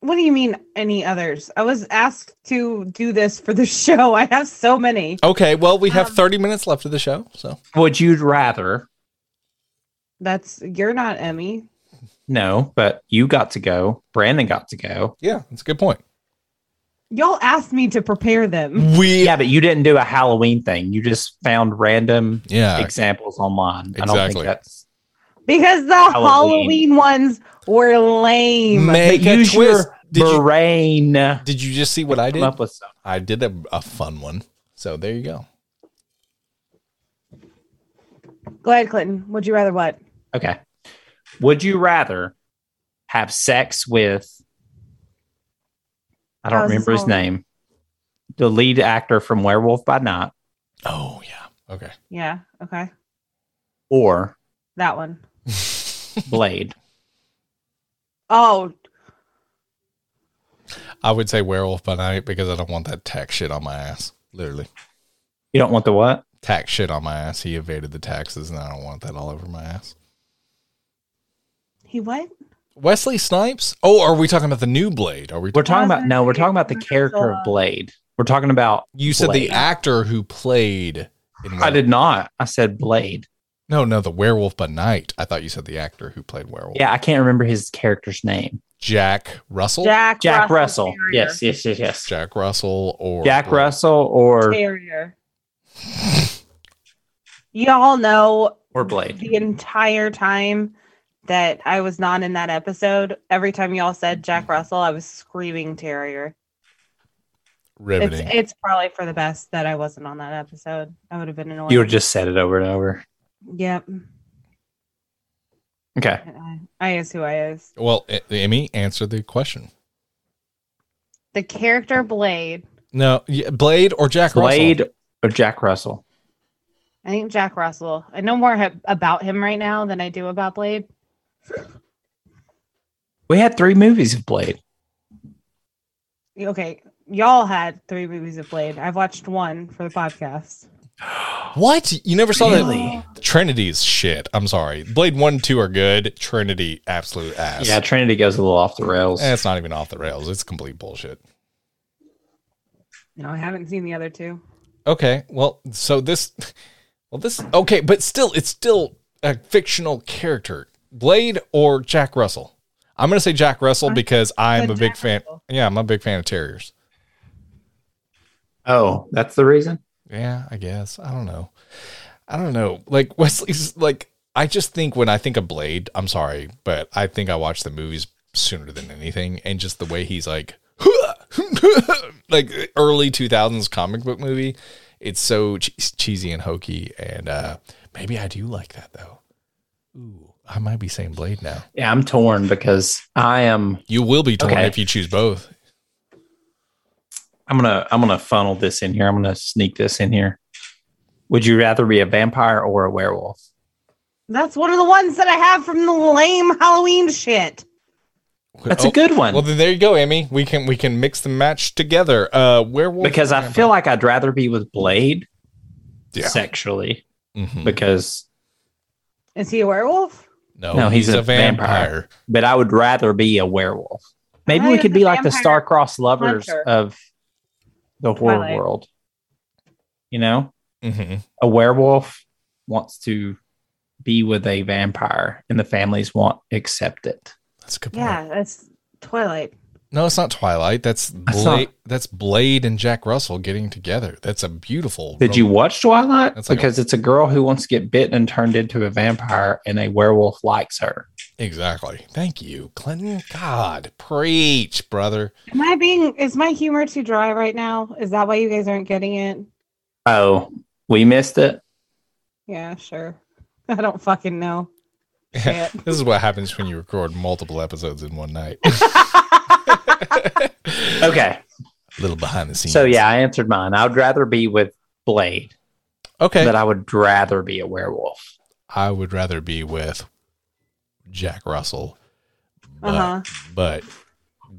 C: What do you mean any others? I was asked to do this for the show. I have so many.
A: Okay, well, we have
C: Um,
A: 30 minutes left of the show, so
B: Would you rather?
C: That's you're not Emmy.
B: No, but you got to go. Brandon got to go.
A: yeah, that's a good point.
C: Y'all asked me to prepare them.
A: We
B: Yeah, but you didn't do a Halloween thing. You just found random
A: yeah,
B: examples online. I don't
A: Exactly.
B: think that's.
C: Because the
B: Halloween.
C: Halloween ones were lame.
A: make a
B: Use
A: twist.
B: your
A: Did you,
B: brain. Come
A: did you just see what I did?
B: up with stuff.
A: I did a, a fun one. So there you go.
C: Go ahead, Clinton. Would you rather what?
B: Okay. Would you rather have sex with I don't
C: How's this
B: remember his
C: going?
B: name. The lead actor from Werewolf by Night
A: Oh yeah. Okay.
C: Yeah. Okay.
B: or
C: That one.
B: Blade.
C: Oh,
A: I would say werewolf by night because I don't want that tax shit on my ass. Literally.
B: you don't want the what?
A: Tax shit on my ass. He evaded the taxes and I don't want that all over my ass.
C: he what?
A: Wesley Snipes? Oh, are we talking about the new blade? Are we
B: We're talking about no, we're
C: Wasn't
B: talking about the
C: it
B: character of
C: Godzilla?
B: Blade. We're talking about
A: You said
B: Blade.
A: the actor who played in
B: I did not. I said Blade.
A: No, no, the werewolf by night. I thought you said the actor who played werewolf.
B: Yeah, I can't remember his character's name.
A: Jack Russell.
C: Jack
B: Oh, Jack Russell.
C: Terrier.
B: Yes, yes, yes, yes.
A: Jack Russell or
B: Jack
A: Blade.
B: Russell or
C: Terrier. Y'all know
B: or Blade.
C: the entire time that I was not in that episode, every time y'all said Jack Russell, I was screaming Terrier. It's,
A: Riveting.
C: it's probably for the best that I wasn't on that episode. I would have been annoyed.
B: You would have just said it over and over.
C: Yep.
B: Okay.
C: I, I is who I is.
A: well, E- Emmy, answer the question.
D: The character Blade.
A: No, yeah, Blade or Jack
B: Blade
A: Russell?
B: or Jack Russell?
D: I think Jack Russell. I know more ha- about him right now than I do about Blade.
B: We had three movies of Blade.
C: Okay. Y'all had three movies of Blade. I've watched one for the podcast.
A: What? You never saw
B: Really?
A: that? Trinity's shit. I'm sorry. Blade 1 2 are good. Trinity, absolute ass.
B: Yeah, Trinity goes a little off the rails.
A: Eh, It's not even off the rails. It's complete bullshit.
C: No, I haven't seen the other two.
A: Okay. Well, so this. Well, this. Okay, but still, it's still a fictional character. Blade or Jack Russell? I'm going to say Jack Russell because I'm
C: But
A: a big
C: Jack
A: fan.
C: Russell.
A: Yeah, I'm a big fan of Terriers.
B: Oh, that's the reason.
A: Yeah, I guess. I don't know. I don't know. Like Wesley's like I just think when I think of Blade, I'm sorry, but I think I watch the movies sooner than anything and just the way he's like like early 2000s comic book movie, it's so che- cheesy and hokey and uh maybe I do like that though. Ooh, I might be saying Blade now.
B: Yeah, I'm torn because I am.
A: You will be torn
B: Okay.
A: if you choose both.
B: I'm gonna. I'm gonna funnel this in here. I'm gonna sneak this in here. Would you rather be a vampire or a werewolf?
C: That's one of the ones that I have from the lame Halloween shit.
B: That's
A: Oh,
B: a good one
A: Well, then there you go, Amy. We can we can mix the match together. Uh werewolf
B: because I feel like I'd rather be with Blade
A: Yeah.
B: sexually
A: Mhm.
B: because
E: Is he a werewolf?
A: No,
B: No, he's a
A: vampire.
B: but I would rather be a werewolf. Maybe we
C: Right,
B: could
C: the
B: be like the
C: vampire
B: star-crossed lovers
C: hunter.
B: of the horror
C: Twilight.
B: world. You know,
A: hmm
B: a werewolf wants to be with a vampire, and the families won't accept it.
A: That's a good point.
C: Yeah, that's Twilight.
A: No, it's not Twilight. That's
B: That's
A: Blade. That's Blade and Jack Russell getting together. That's a beautiful.
B: Did you watch Twilight?
A: That's like a-
B: because it's a girl who wants to get bitten and turned into a vampire, and a werewolf likes her.
A: exactly? Thank you, Clinton. God, preach, brother.
C: Am I being? Is my humor too dry right now? Is that why you guys aren't getting it?
B: Oh, we missed it.
C: Yeah, sure. I don't fucking know.
A: this
C: Shit.
A: is what happens when you record multiple episodes in one night.
B: Okay,
A: little behind the scenes.
B: so yeah, I answered mine. I would rather be with Blade,
A: Okay.
B: but uh, I would rather be a werewolf.
A: I would rather be with Jack Russell. But,
C: Uh huh.
A: but,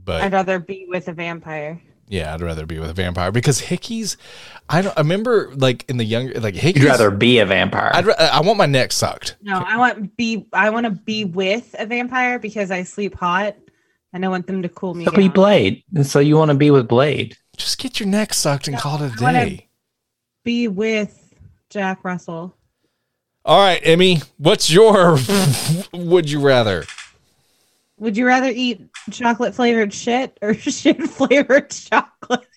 A: but
C: I'd rather be with a vampire.
A: yeah, I'd rather be with a vampire because Hickey's. I don't. I remember like in the younger like Hickey's.
B: You'd rather be a vampire.
A: I'd. ra- I want my neck sucked.
C: No, I want be. I want to be with a vampire because I sleep hot, and I want them to cool me.
B: so be
C: down.
B: Blade. And so you want to be with Blade.
A: Just get your neck sucked and
C: No,
A: call it a
C: I wanna-
A: day.
C: Be with Jack Russell.
A: All right, Emmy, what's your would you rather?
C: Would you rather eat chocolate flavored shit or shit flavored chocolate?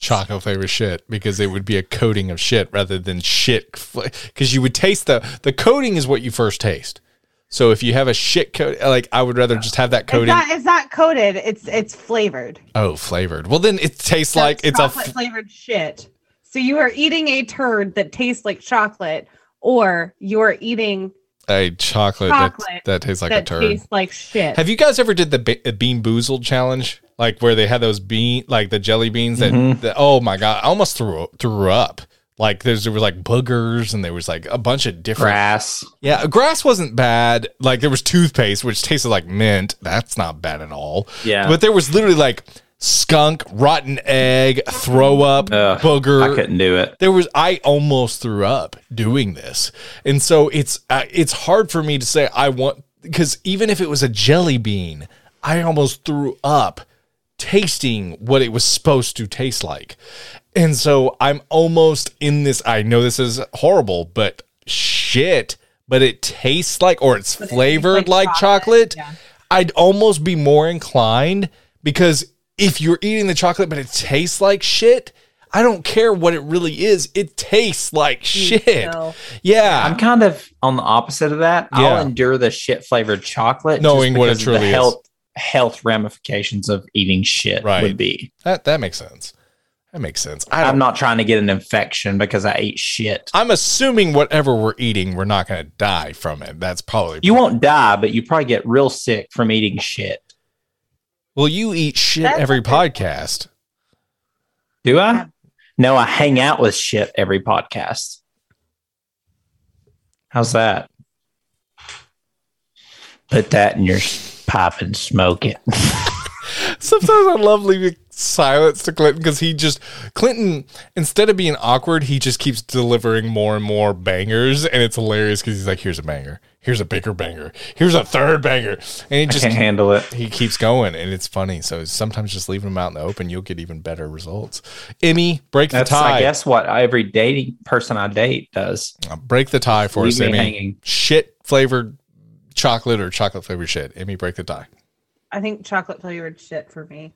A: Choco flavored shit because it would be a coating of shit rather than shit because you would taste the the coating is what you first taste. So if you have a shit coat, like I would rather just have that
C: It's
A: coating.
C: not, it's not coated. It's it's flavored.
A: Oh, flavored. Well, then it tastes like it's a.
C: chocolate
A: F-
C: flavored shit. So you are eating a turd that tastes like chocolate, or you're eating
A: a chocolate, that-
C: Chocolate
A: that, tastes like a
C: that
A: turd.
C: tastes like shit.
A: Have you guys ever did the be- bean boozled challenge? Like where they had those bean, like the jelly beans that,
B: Mhm.
A: that- oh my god, I almost threw threw up. Like there's there was like boogers and there was like a bunch of different.
B: Grass.
A: Yeah, grass wasn't bad. Like there was toothpaste which tasted like mint. That's not bad at all.
B: Yeah.
A: But there was literally like skunk, rotten egg, throw up,
B: Ugh, I
A: booger
B: couldn't do it.
A: there was I almost threw up doing this, and so it's uh, it's hard for me to say I want because even if it was a jelly bean, I almost threw up tasting what it was supposed to taste like, and so I'm almost in this. I know this is horrible, but shit, but it tastes like or it's
C: tastes
A: flavored like,
C: like
A: chocolate.
C: chocolate, yeah.
A: I'd almost be more inclined because if you're eating the chocolate but it tastes like shit, I don't care what it really is. It tastes like shit.
C: So,
A: Yeah.
B: I'm kind of on the opposite of that.
A: Yeah.
B: I'll endure the shit flavored chocolate,
A: Knowing
B: just
A: what it
B: because of
A: truly
B: the
A: is.
B: health health ramifications of eating shit
A: Right.
B: would be.
A: that that makes sense. That makes sense. I don't,
B: I'm
A: I'm,
B: not trying to get an infection because I ate shit.
A: assuming whatever we're eating, we're not going to die from it. That's probably
B: You won't die, but you probably get real sick from eating shit.
A: Well, you eat shit
C: That's
A: every
C: a good-
A: podcast.
B: Do I? No, I hang out with shit every podcast. How's that? Put that in your s- pipe and smoke it.
A: Sometimes I love leaving silence to Clinton because he just Clinton instead of being awkward, he just keeps delivering more and more bangers, and it's hilarious because he's like, "Here's a banger, here's a bigger banger, here's a third banger," and he
B: I
A: just
B: can't handle it.
A: he keeps going, and it's funny. So sometimes just leaving them out in the open, you'll get even better results. Emmy, break
B: That's,
A: the tie.
B: I guess, what every dating person I date does.
A: Uh, Break the tie for us,
B: Leave me
A: Emmy.
B: hanging.
A: Shit flavored chocolate or chocolate flavored shit. Emmy, break the tie.
C: I think chocolate flavored shit for me.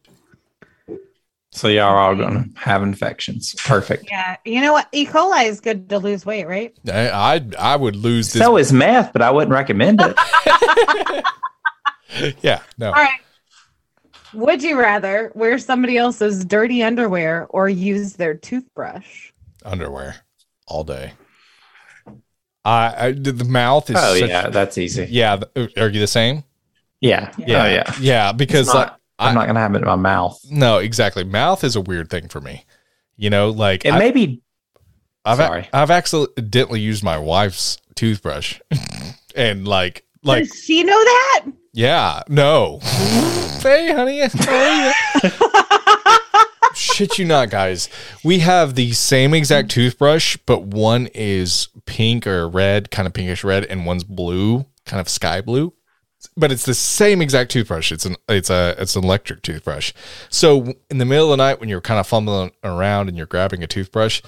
B: So y'all are all gonna have infections. Perfect.
C: Yeah, you know what? E. coli is good to lose weight, right?
A: I I, I would lose this.
B: So is meth, but I wouldn't recommend it.
A: yeah, no.
C: All right. Would you rather wear somebody else's dirty underwear or use their toothbrush?
A: underwear all day. I, I the the mouth is
B: oh
A: such-
B: yeah, that's easy.
A: yeah. th- Are you the same?
B: Yeah.
A: Yeah.
B: Oh yeah.
A: Yeah, because
B: It's not-
A: like I-
B: I'm not gonna have it in my mouth.
A: no, exactly. Mouth is a weird thing for me. You know, like
B: It
A: I,
B: may be
A: I've a-
B: sorry.
A: I've accidentally used my wife's toothbrush, and like like
C: Does she know that?
A: yeah, no. hey, honey, how are you? shit you not, guys. We have the same exact toothbrush, but one is pink or red, kind of pinkish red, and one's blue, kind of sky blue. But it's the same exact toothbrush. It's an it's a it's an electric toothbrush. So in the middle of the night when you're kind of fumbling around and you're grabbing a toothbrush,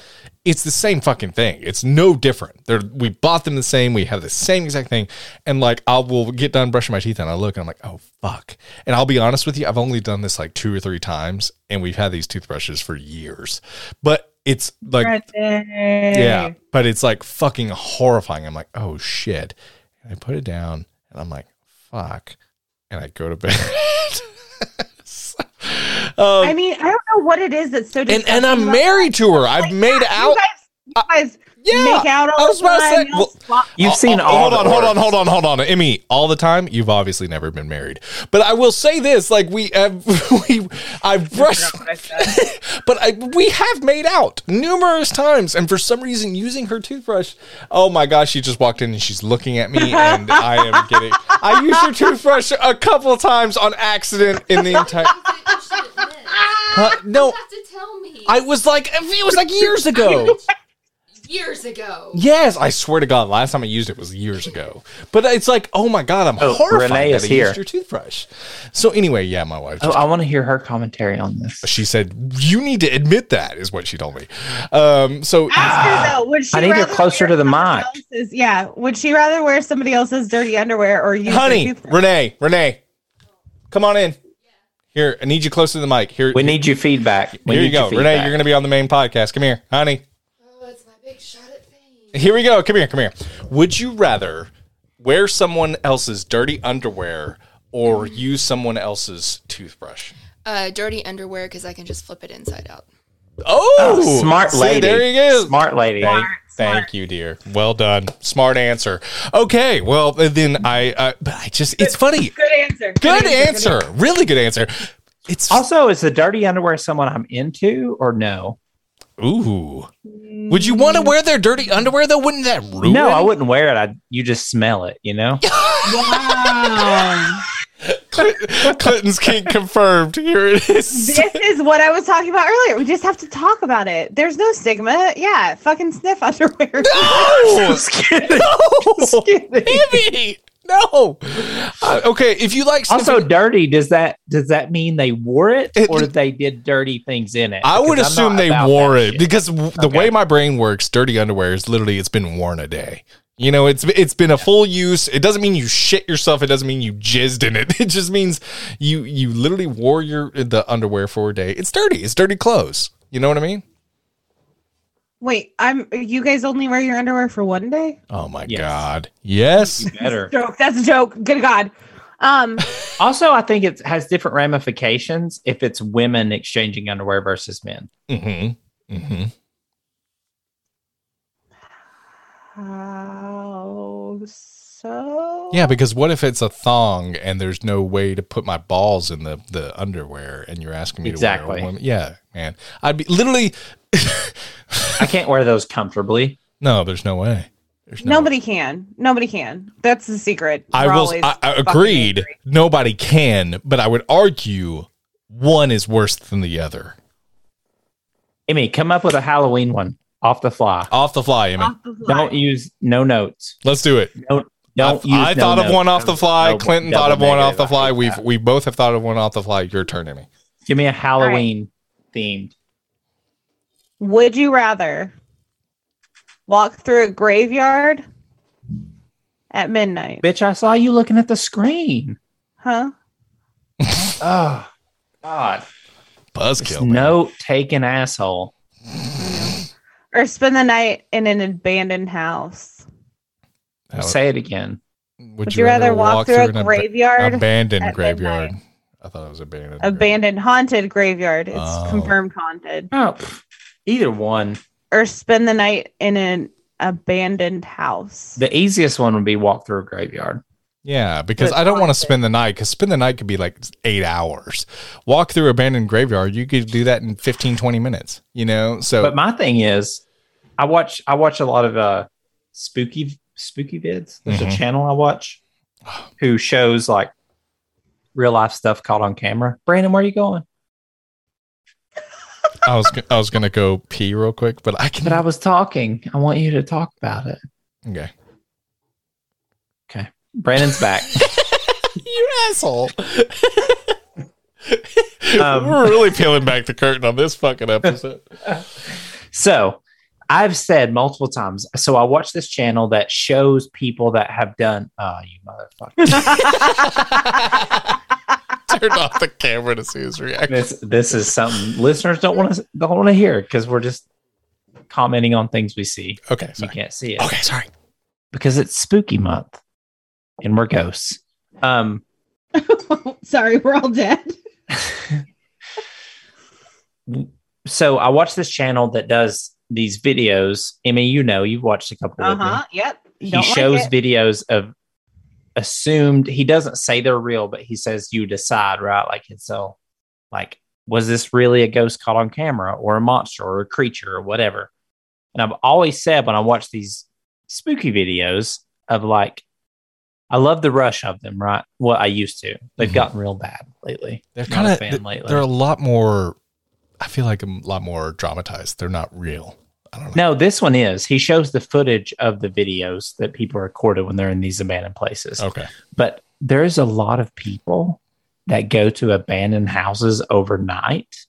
A: it's the same fucking thing. It's no different. They're, we bought them the same. We have the same exact thing. And like, I will get done brushing my teeth and I look and I'm like, oh, fuck. And I'll be honest with you, I've only done this like two or three times. And we've had these toothbrushes for years. But it's like, yeah, but it's like fucking horrifying. I'm like, oh, shit. And I put it down and I'm like, fuck. And I go to bed. um,
D: I mean, I don't know what it is that's so.
A: and,
D: disgusting
A: and I'm
D: about-
A: married to her. I've
D: Like,
A: made
D: yeah,
A: out. Uh,
D: You guys, you guys
A: yeah.
D: make out all
A: I was
D: the
A: about to say,
D: time. Y'all
A: well,
D: swap-
B: You've
A: Oh,
B: seen
A: oh,
B: all.
A: Hold
B: the
A: on, hold on,
B: works.
A: hold on, hold on, Emmy. All the time, you've obviously never been married. But I will say this: like we have, we, I've brushed,
B: I said.
A: but I, we have made out numerous times, and for some reason, using her toothbrush. Oh my gosh, she just walked in and she's looking at me, and I am getting. I used her toothbrush a couple of times on accident in the entire. Huh? Ah!
F: No.
A: No,
F: You have to tell me.
A: I was like, it was like years ago.
F: years ago.
A: Yes, I swear to God, last time I used it was years ago. But it's like, oh my God, I'm
B: Oh,
A: horrified
B: Renee
A: that
B: is
A: I
B: here.
A: used your toothbrush. So anyway, yeah, my wife.
B: Oh,
A: Just,
B: I want to hear her commentary on this.
A: she said, "You need to admit that," is what she told me. Um, so
C: Ask her though. Would she
B: I need her
C: rather
B: closer
C: wear
B: to the
C: someone
B: mic.
C: else's- Yeah. Would she rather wear somebody else's dirty underwear or use their
A: honey,
C: toothbrush?
A: Renee, Renee, come on in. Here, I need you close to the mic. Here,
B: We need your feedback. We
A: here
B: need
A: you go,
B: your
A: Renee.
B: feedback.
A: You're going to be on the main podcast. Come here, honey.
F: Oh, it's my big shot at fame.
A: Here we go. Come here. Come here. Would you rather wear someone else's dirty underwear or use someone else's toothbrush?
F: Uh, dirty underwear because I can just flip it inside out.
A: Oh,
B: Oh, smart
A: see,
B: lady.
A: there you go.
B: Smart lady.
A: Thank, thank you, dear. Well done. Smart answer. Okay. Well, then I. Uh, but I just. It's funny.
C: Good answer.
A: Good answer. Really good answer. It's
B: Also, is the dirty underwear someone I'm into or no?
A: ooh. Would you want to wear their dirty underwear though? Wouldn't that ruin?
B: No, I wouldn't wear it. I you just smell it, you know.
C: Wow.
A: Cl- Clinton's kink confirmed. Here it is.
C: this is what I was talking about earlier. We just have to talk about it. There's no stigma. Yeah. Fucking sniff underwear.
A: Oh,
B: Just kidding.
A: no.
B: Just kidding.
A: Amy, no. Uh, okay, if you like sniffing,
B: Also, dirty. Does that does that mean they wore it,
A: It-
B: or they did dirty things in it?
A: I would
B: Because I'm
A: assume
B: not
A: they
B: about
A: wore
B: that
A: it
B: shit.
A: because w- the
B: Okay.
A: way my brain works, dirty underwear is literally it's been worn a day. You know, it's it's been a full use. It doesn't mean you shit yourself. It doesn't mean you jizzed in it. It just means you you literally wore your the underwear for a day. It's dirty. It's dirty clothes. You know what I mean?
C: Wait, I'm you guys only wear your underwear for one day?
A: Oh my
B: Yes.
A: god. Yes.
B: better.
C: Joke. That's a joke. Good God. Um
B: Also, I think it has different ramifications if it's women exchanging underwear versus men.
A: Mm-hmm. Mm-hmm.
C: how so
A: Yeah, because what if it's a thong and there's no way to put my balls in the, the underwear and you're asking me to wear
B: Exactly.
A: a woman? Yeah, man. I'd be literally
B: I can't wear those comfortably.
A: No, there's no way. There's no
C: Nobody can. Nobody can. That's the secret.
A: I
C: We're
A: will
C: always
A: I, I
C: fucking
A: agreed.
C: angry.
A: Nobody can, but I would argue one is worse than the other.
B: Emmy, come up with a Halloween one off the fly.
A: Off the fly, Emmy.
C: Off the fly.
B: Don't use no notes.
A: Let's do it.
B: Don't.
A: I,
B: don't use
A: I
B: no
A: thought of
B: notes.
A: one off the fly.
B: No,
A: Clinton
B: double
A: thought of one off
B: negative.
A: the
B: I
A: fly.
B: hate
A: We've
B: that.
A: we both have thought of one off the fly. Your turn, Emmy.
B: Give me a Halloween themed.
C: Would you rather walk through a graveyard at midnight?
B: Bitch, I saw you looking at the screen.
C: Huh?
B: Oh, God.
A: Buzzkill. man.
B: Note taking asshole.
C: Or spend the night in an abandoned house?
A: That was-
B: Say it again.
A: Would,
C: Would, you, rather, walk, through, a
A: an ab-
C: graveyard?
A: abandoned
C: at
A: graveyard? I thought it was abandoned. graveyard.
C: abandoned haunted graveyard. It's
A: Oh.
C: confirmed haunted.
B: Oh, pff, either one.
C: Or spend the night in an abandoned house.
B: The easiest one would be walk through a graveyard.
A: Yeah, because
C: But
A: I don't want to
C: haunted.
A: spend the night because spend the night could be like eight hours. Walk through abandoned graveyard, you could do that in 15, 20 minutes, you know? So,
B: But my thing is, I watch I watch a lot of uh spooky spooky vids. There's
A: Mhm.
B: a channel I watch who shows like real life stuff caught on camera. Brandon, where are you going?
A: I was I was gonna go pee real quick, but I can.
B: But I was talking. I want you to talk about it.
A: okay,
B: Brandon's back.
A: you asshole.
B: Um,
A: We're really peeling back the curtain on this fucking episode.
B: So I've said multiple times. So I watch this channel that shows people that have done. Oh, you motherfucker!
A: Turn off the camera to see his reaction.
B: this this is something listeners don't want to don't want to hear because we're just commenting on things we see.
A: Okay,
B: You
A: sorry. Oh.
B: can't see it
A: Okay, sorry.
B: because it's spooky month, and we're ghosts. Um,
C: Sorry, we're all dead.
B: so I watch this channel that does these videos. I mean, you know, you've watched a couple
C: Uh
B: of them.
C: huh. Yep.
B: He
C: Don't like
B: shows
C: it.
B: videos of assumed. He doesn't say they're real, but he says you decide, right? Like, and so, like, was this really a ghost caught on camera, or a monster, or a creature, or whatever? And I've always said when I watch these spooky videos of like, I love the rush of them, right? Well, I used to. They've
A: Mhm.
B: gotten real bad lately.
A: They're
B: Not a
A: kind of
B: fan lately.
A: they're a lot more. I feel like a lot more dramatized. They're not real. I don't know.
B: No, this one is. He shows the footage of the videos that people recorded when they're in these abandoned places.
A: Okay.
B: But there's a lot of people that go to abandoned houses overnight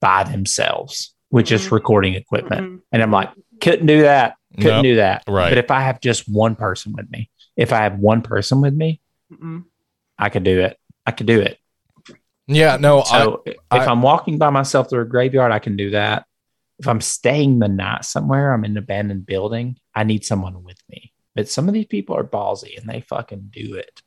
B: by themselves with just
C: Mhm.
B: recording equipment.
C: Mhm.
B: And I'm like, couldn't do that. Couldn't
A: No.
B: do that.
A: right.
B: But if I have just one person with me, if I have one person with me,
C: Mm-mm.
B: I could do it. I could do it.
A: Yeah. No. I,
B: So
A: I-
B: if I'm walking by myself through a graveyard, I can do that. If I'm staying the night somewhere, I'm in an abandoned building, I need someone with me. But some of these people are ballsy and they fucking do it.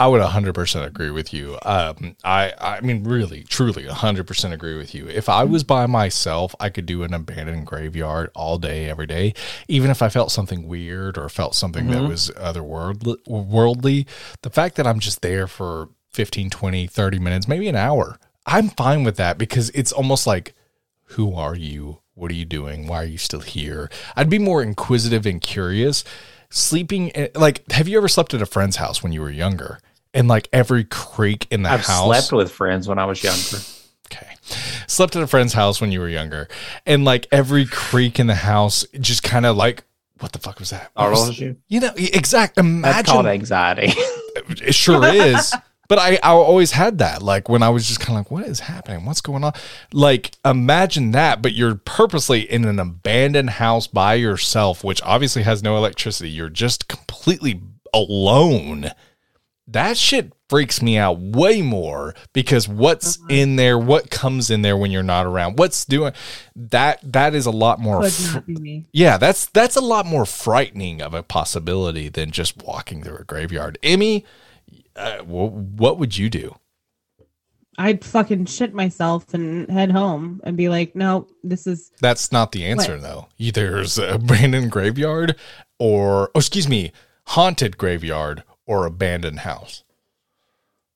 A: I would 100% agree with you. Um, I, I mean, really, truly 100% agree with you. If I was by myself, I could do an abandoned graveyard all day, every day. Even if I felt something weird or felt something that
B: Mhm.
A: was otherworldly, worldly, the fact that I'm just there for 15, 20, 30 minutes, maybe an hour, I'm fine with that because it's almost like, who are you? What are you doing? Why are you still here? I'd be more inquisitive and curious. Sleeping, in- like, have you ever slept at a friend's house when you were younger? And like every creek in the
B: I've
A: house.
B: slept with friends when I was younger.
A: Okay. Slept at a friend's house when you were younger. And like every creek in the house just kind of like, what the fuck was that? What was-
B: you?
A: you know, e-, exact.
B: That's called
A: Imagine.
B: anxiety.
A: It sure is. But I, I always had that. Like when I was just kind of like, what is happening? What's going on? Like imagine that, but you're purposely in an abandoned house by yourself, which obviously has no electricity. You're just completely alone. That shit freaks me out way more because what's in there, what comes in there when you're not around, what's doing that, that is a lot more
C: Could
A: fr-
C: not be me.
A: yeah, that's that's a lot more frightening of a possibility than just walking through a graveyard. Emmy, uh, wh- what would you do?
C: I'd fucking shit myself and head home and be like, no, this is
A: That's not the answer, though. Either there's a abandoned graveyard, or oh, excuse me, haunted graveyard or abandoned house.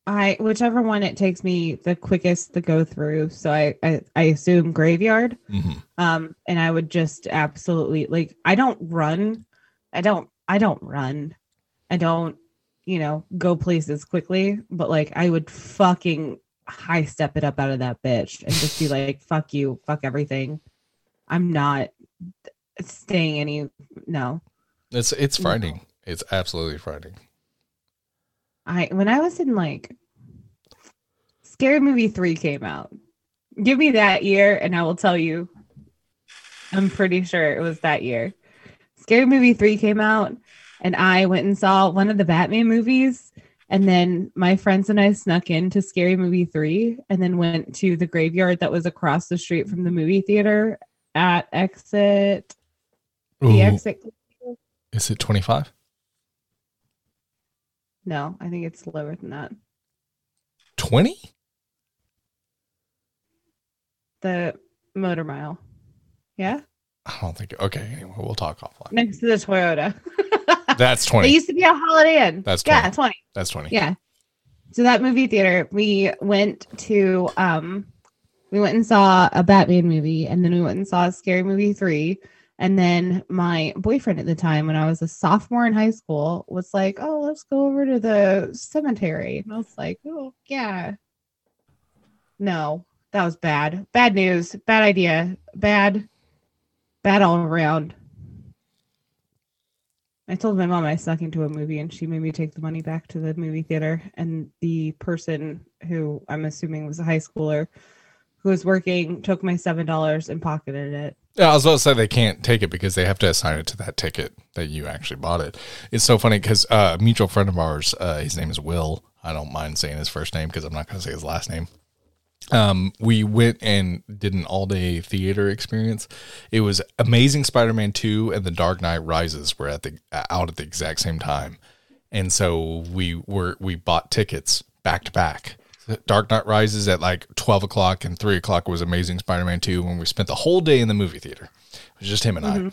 C: I whichever one it takes me the quickest to go through. So I I, I assume graveyard.
A: Mm-hmm.
C: Um, and I would just absolutely like I don't run. I don't I don't run. I don't, you know, go places quickly, but like I would fucking high step it up out of that bitch and just be like, fuck you, fuck everything. I'm not staying any no.
A: It's it's
C: No.
A: frightening. It's absolutely frightening.
C: I when I was in like Scary Movie 3 came out. Give me that year and I will tell you. I'm pretty sure it was that year. Scary Movie 3 came out and I went and saw one of the Batman movies and then my friends and I snuck into Scary Movie 3 and then went to the graveyard that was across the street from the movie theater at exit the
A: Ooh,
C: exit
A: is it twenty five?
C: no, I think it's lower than that.
A: Twenty?
C: The motor mile. Yeah?
A: I don't think. Okay, anyway, we'll talk offline.
C: next to the Toyota.
A: That's
C: It
A: twenty.
C: used to be a Holiday Inn.
A: That's
C: yeah, twenty.
A: That's twenty.
C: Yeah. So that movie theater, we went to um we went and saw a Batman movie and then we went and saw Scary Movie 3 and then my boyfriend at the time when I was a sophomore in high school was like, "Oh, let's go over to the cemetery." And I was like, "Oh, yeah." No. That was bad. Bad news. Bad idea. Bad, bad all around. I told my mom I snuck into a movie and she made me take the money back to the movie theater. And the person who I'm assuming was a high schooler who was working took my $7 and pocketed it.
A: Yeah, I was about to say they can't take it because they have to assign it to that ticket that you actually bought it. It's so funny because uh, a mutual friend of ours, uh, his name is Will. I don't mind saying his first name because I'm not going to say his last name. Um, we went and did an all day theater experience. It was Amazing Spider Man 2 and The Dark Knight Rises were at the out at the exact same time. And so we were we bought tickets back to back. Dark Knight Rises at like 12 o'clock and 3 o'clock was Amazing Spider Man 2 when we spent the whole day in the movie theater. It was just him and I.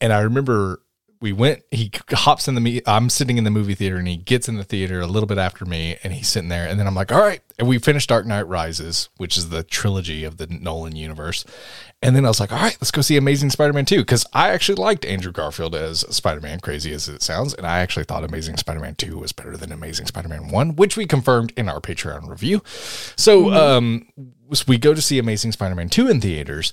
A: And I remember we went, he hops in the, me- I'm sitting in the movie theater and he gets in the theater a little bit after me and he's sitting there. And then I'm like, all right. And we finished Dark Knight Rises, which is the trilogy of the Nolan universe. And then I was like, all right, let's go see Amazing Spider Man 2. Cause I actually liked Andrew Garfield as Spider Man, crazy as it sounds. And I actually thought Amazing Spider Man 2 was better than Amazing Spider Man 1, which we confirmed in our Patreon review. So, um, so we go to see Amazing Spider Man 2 in theaters.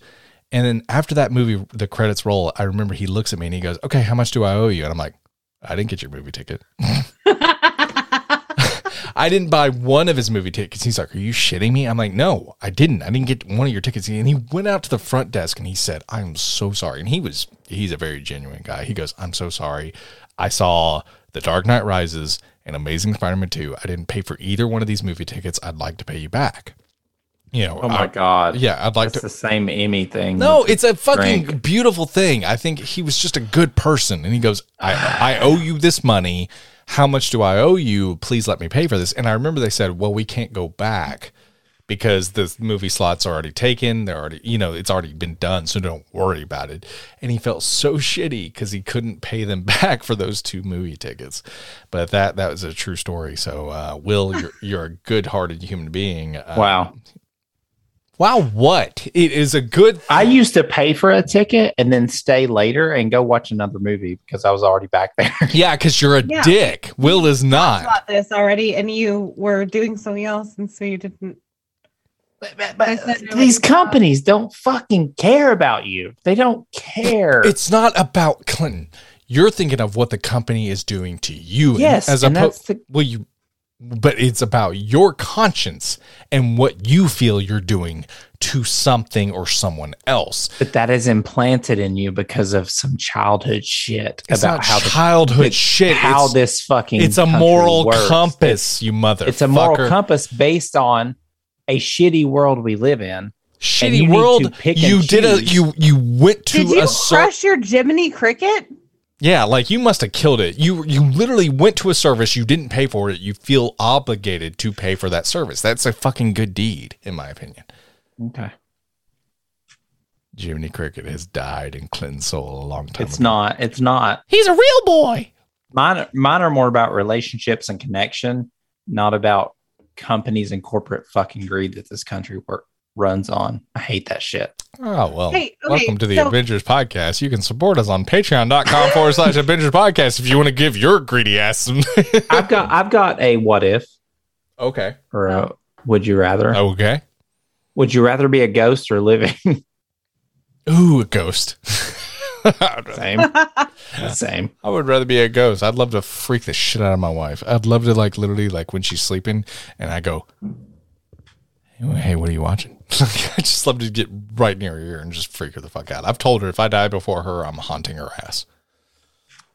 A: And then after that movie, the credits roll, I remember he looks at me and he goes, okay, how much do I owe you? And I'm like, I didn't get your movie ticket. I didn't buy one of his movie tickets. He's like, Are you shitting me? I'm like, No, I didn't. I didn't get one of your tickets. And he went out to the front desk and he said, I'm so sorry. And he was, he's a very genuine guy. He goes, I'm so sorry. I saw The Dark Knight Rises and Amazing Spider Man 2. I didn't pay for either one of these movie tickets. I'd like to pay you back. You know,
B: Oh my
A: I-
B: god.
A: yeah, I'd like
B: It's
A: to.
B: the same Emmy thing.
A: No, it's a fucking
B: drink.
A: beautiful thing. I think he was just a good person. And he goes, I, I owe you this money. How much do I owe you? Please let me pay for this. And I remember they said, well, we can't go back because the movie slots are already taken. They're already, you know, it's already been done. So don't worry about it. And he felt so shitty because he couldn't pay them back for those two movie tickets. But that, that was a true story. So, uh, Will, you're, you're a good hearted human being. Uh,
B: Wow.
A: wow. What? It is a good
B: I used to pay for a ticket and then stay later and go watch another movie because I was already back there.
A: Yeah, because you're a
C: Yeah.
A: dick. Will is not.
C: About this already, and you were doing something else, and so you didn't.
B: But, but,
C: I said no,
B: these
C: it's not.
B: companies don't fucking care about you. They don't care.
A: It's not about Clinton. You're thinking of what the company is doing to you.
B: yes,
A: as
B: and
A: opposed
B: that's the
A: well, you, but it's about your conscience and what you feel you're doing to something or someone else.
B: but that is implanted in you because of some childhood shit
A: It's
B: about
A: not
B: how the,
A: childhood
B: it's
A: shit.
B: how
A: it's,
B: this fucking
A: it's a
B: country
A: moral
B: works.
A: compass, you mother.
B: It's a moral
A: compass.
B: compass based on a shitty world we live in. and you
A: Shitty
B: need to
A: world.
B: pick and
A: You did a
B: choose.
A: you you went to
C: Did you
A: a cer-
C: crush your Jiminy Cricket?
A: Yeah, like you must have killed it. You you literally went to a service you didn't pay for it. You feel obligated to pay for that service. That's a fucking good deed, in my opinion.
B: Okay.
A: Jiminy Cricket has died in Clinton's soul a long time.
B: It's
A: ago.
B: not. It's not.
A: He's a real boy.
B: Mine mine are more about relationships and connection, not about companies and corporate fucking greed that this country work runs on. I hate that shit.
A: Oh well.
C: Hey, okay,
A: welcome to the
C: so-
A: Avengers podcast. You can support us on patreon.com forward slash Avengers podcast if you want to give your greedy ass some.
B: I've got I've got a what if
A: okay.
B: or a would you rather?
A: Okay.
B: Would you rather be a ghost or living?
A: Ooh, a ghost.
B: Same. Same.
A: I would rather be a ghost. I'd love to freak the shit out of my wife. I'd love to like literally like when she's sleeping and I go, "Hey, what are you watching?" I just love to get right near her ear and just freak her the fuck out. I've told her if I die before her, I'm haunting her ass.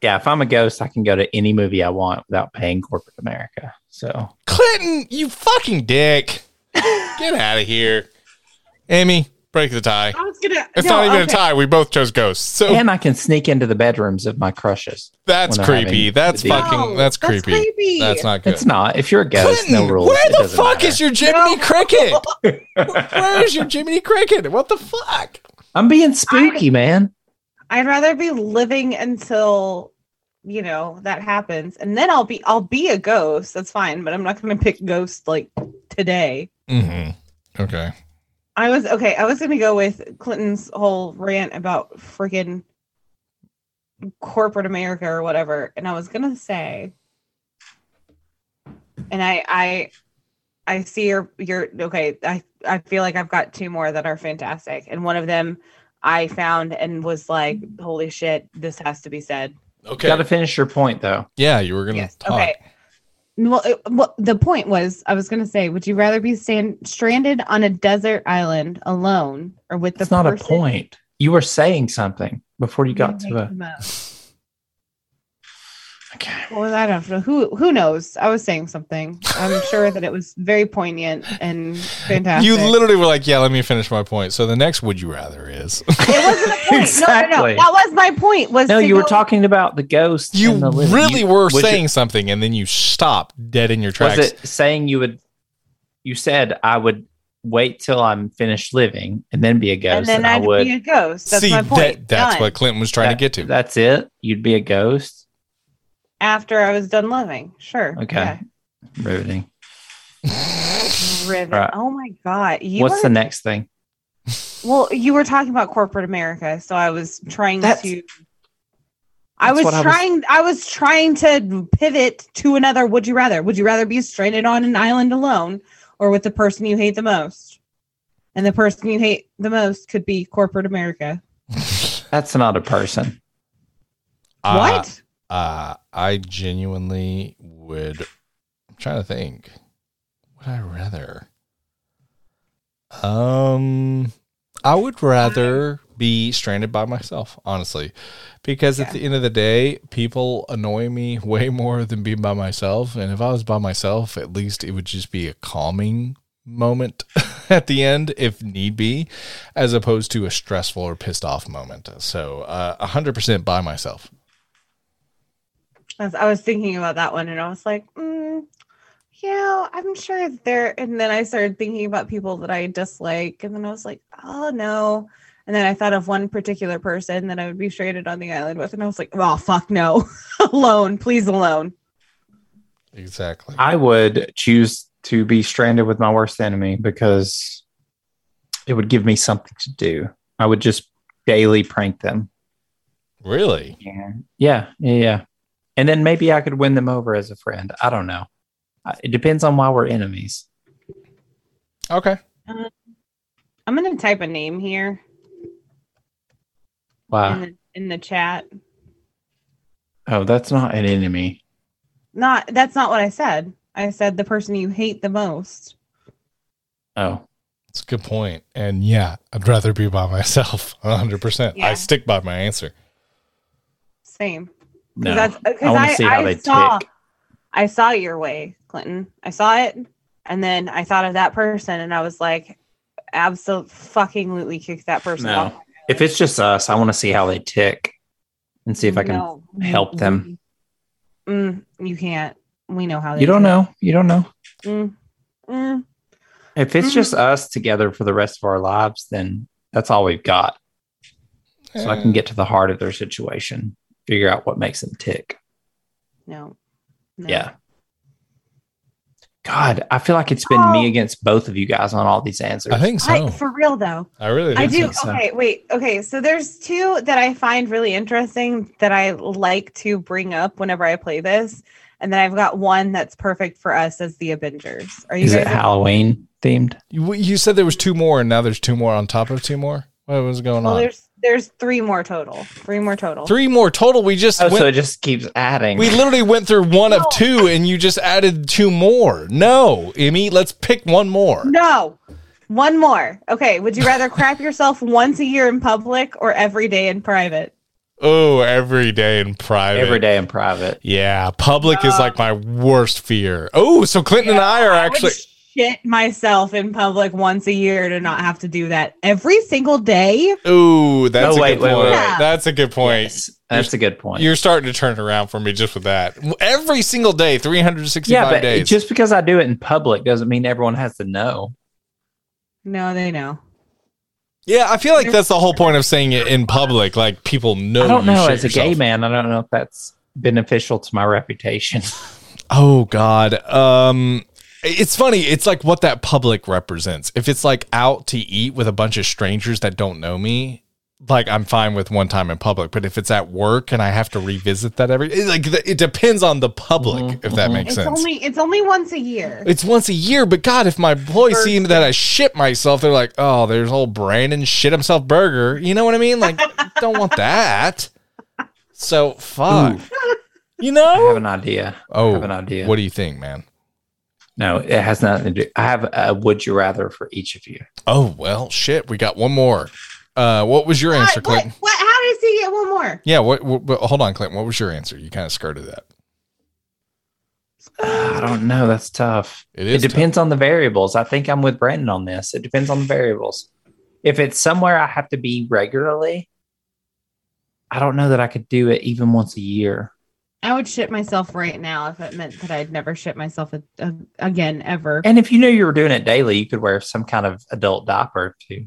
B: Yeah, if I'm a ghost, I can go to any movie I want without paying corporate America. So
A: Clinton, you fucking dick, get out of here. Amy, break the tie.
C: I was gonna.
A: It's
C: no,
A: not even
C: okay.
A: a tie. We both chose ghosts, so
B: and I can sneak into the bedrooms of my crushes.
A: that's
B: When I'm
A: creepy.
B: having
A: That's
B: the-
A: fucking.
C: No,
A: That's
C: that's
A: creepy. That's,
C: creepy.
A: not good.
B: It's not. If you're a ghost,
A: Clinton,
B: no rules.
A: where
B: It
A: the
B: doesn't
A: fuck
B: matter.
A: is your Jiminy Cricket? where is your Jiminy Cricket? What the fuck?
B: I'm being spooky, man.
C: I'd rather be living until you know that happens, and then I'll be I'll be a ghost. That's fine, but I'm not gonna pick ghost like today.
A: Mm-hmm. Okay.
C: I was okay. I was gonna go with Clinton's whole rant about freaking corporate America or whatever, and I was gonna say, and I I I see your your okay. I I feel like I've got two more that are fantastic, and one of them I found and was like, "Holy shit, this has to be said."
A: Okay.
B: Got to finish your point though.
A: yeah, you were gonna
C: Yes.
A: talk.
C: Okay. Well, it, well, the point was, I was going to say, would you rather be stand, stranded on a desert island alone or with
B: That's
C: the
B: not a
C: person-
B: point. You were saying something before you got to
C: Make
B: the.
C: them up.
B: Okay.
C: Well, I don't know. Who who knows? I was saying something. I'm sure that it was very poignant and fantastic.
A: You literally were like, "Yeah, let me finish my point." So the next "Would you rather" is
C: it wasn't a point. No, no,
B: Exactly.
C: no. That was my point. Was
B: No,
C: to
B: you were
C: go-
B: talking about the ghost.
A: you
B: and the living.
A: really
B: You-
A: were
B: was
A: saying
B: It,
A: something, and then you stopped dead in your tracks.
B: was it saying you would? You said I would wait till I'm finished living and then be a ghost,
C: and then
B: and, I
C: I'd
B: would.
C: be a ghost. That's
A: See,
C: my point.
A: that, that's
C: Done.
A: what Clinton was trying
B: That-
A: to get to.
B: That's it. You'd be a ghost.
C: After I was done loving, sure.
B: Okay.
C: Yeah.
B: Riveting.
C: Rivet.
B: Right.
C: Oh my god! You
B: What's
C: are-
B: the next thing?
C: Well, you were talking about corporate America, so I was trying
B: That's-
C: to. I was
B: that's what I was-
C: trying. I was trying to pivot to another. Would you rather? Would you rather be stranded on an island alone, or with the person you hate the most? And the person you hate the most could be corporate America.
B: That's not a person.
A: Uh,
C: what?
A: Uh, I genuinely would. I'm trying to think. Would I rather? Um, I would rather be stranded by myself, honestly, because at the end of the day, people annoy me way more than being by myself. And if I was by myself, at least it would just be a calming moment at the end, if need be, as opposed to a stressful or pissed off moment. So, uh, 100% by myself.
C: I was, I was thinking about that one, and I was like, mm, yeah, I'm sure that there. And then I started thinking about people that I dislike, and then I was like, oh no. And then I thought of one particular person that I would be stranded on the island with, and I was like, oh fuck no, alone, please alone.
A: Exactly.
B: I would choose to be stranded with my worst enemy because it would give me something to do. I would just daily prank them.
A: really?
B: Yeah. Yeah. Yeah. yeah. And then maybe I could win them over as a friend. I don't know. I- It depends on why we're enemies.
A: Okay.
C: I'm gonna type a name here in
B: Wow.
C: the in the chat.
B: Oh, that's not an enemy.
C: Not that's not what I said. I said the person you hate the most.
B: Oh,
A: That's a good point. And yeah, I'd rather be by myself 100%. I
C: Yeah.
A: stick by my answer.
C: Same.
B: no.
C: that's because
B: I wanna
C: I,
B: see how
C: I
B: they
C: saw,
B: tick.
C: I saw your way, Clinton. I saw it, and then I thought of that person, and I was like, absolutely kick that person
B: No.
C: off.
B: If it's just us, I want to see how they tick and see if I can.
C: No.
B: help them.
C: Mm, you can't. We know how. They
B: You don't
C: do.
B: know. You don't know.
C: Mm, mm.
B: If it's just us together for the rest of our lives, then that's all we've got. So I can get to the heart of their situation, figure out what makes them tick.
C: No. No.
B: Yeah. God, I feel like it's been
C: Oh.
B: me against both of you guys on all these answers.
A: I think so.
C: I,
A: I,
C: for real though.
A: really
C: I
A: think
C: do.
B: think so.
C: Okay, wait. Okay, so there's two that I find really interesting that I like to bring up whenever I play this, and then I've got one that's perfect for us as the Avengers. Are you
B: Is
C: guys?
B: it Halloween themed?
A: You, you said there was two more, and now there's two more on top of two more? What was going
C: well,
A: on?
C: there's there's three more total. Three more total.
A: Three more total. We just
B: Oh,
A: went,
B: so it just keeps adding.
A: we literally went through one of
C: No.
A: two, and you just added two more. No, Emmy, let's pick one more.
C: No, one more. Okay, would you rather crap yourself once a year in public or every day in private?
A: Oh, every day in private.
B: every day in private.
A: Yeah, public is like my worst fear. Oh, so Clinton and I are
C: Uh, I would
A: actually.
C: shit myself in public once a year to not have to do that every single day.
A: Ooh, that's a
B: No, wait,
A: good
B: wait,
A: point.
B: wait,
C: wait.
A: That's a good point.
B: Yes, that's a good point.
A: You're starting to turn around for me just with that. Every single day, 365
B: yeah, but
A: days.
B: just because I do it in public doesn't mean everyone has to know.
C: No, they know.
A: yeah, I feel like that's the whole point of saying it in public. Like people know.
B: I don't
A: you
B: know.
A: shit
B: As a gay
A: yourself.
B: man, I don't know if that's beneficial to my reputation.
A: Oh God. Um, it's funny. It's like what that public represents. If it's like out to eat with a bunch of strangers that don't know me, like I'm fine with one time in public, but if it's at work and I have to revisit that every it, like it depends on the public
B: Mhm,
A: if that
B: mhm.
A: makes
C: It's
A: sense.
C: only it's only once a year.
A: it's once a year, but God, if my employees see
C: Birthday.
A: that I shit myself, they're like, "Oh, there's old Brandon shit himself burger." You know what I mean? Like, don't want that. So fuck, you
B: I have
A: know.
B: an idea. I have an
A: Oh,
B: idea.
A: what do you think, man?
B: no, it has nothing to do. I have a would you rather for each of you.
A: Oh well, shit, we got one more. Uh, what was your answer,
C: What, what,
A: Clinton?
C: what- How does he get one more?
A: Yeah, what, what, what? Hold on, Clinton. What was your answer? You kind of skirted that.
B: Ah, I don't know. That's tough.
A: It
B: It
A: is. tough.
B: depends on the variables. I think I'm with Brandon on this. It depends on the variables. If it's somewhere I have to be regularly, I don't know that I could do it even once a year.
C: I would shit myself right now if it meant that I'd never shit myself a, a, again ever.
B: And if you knew you were doing it daily, you could wear some kind of adult diaper to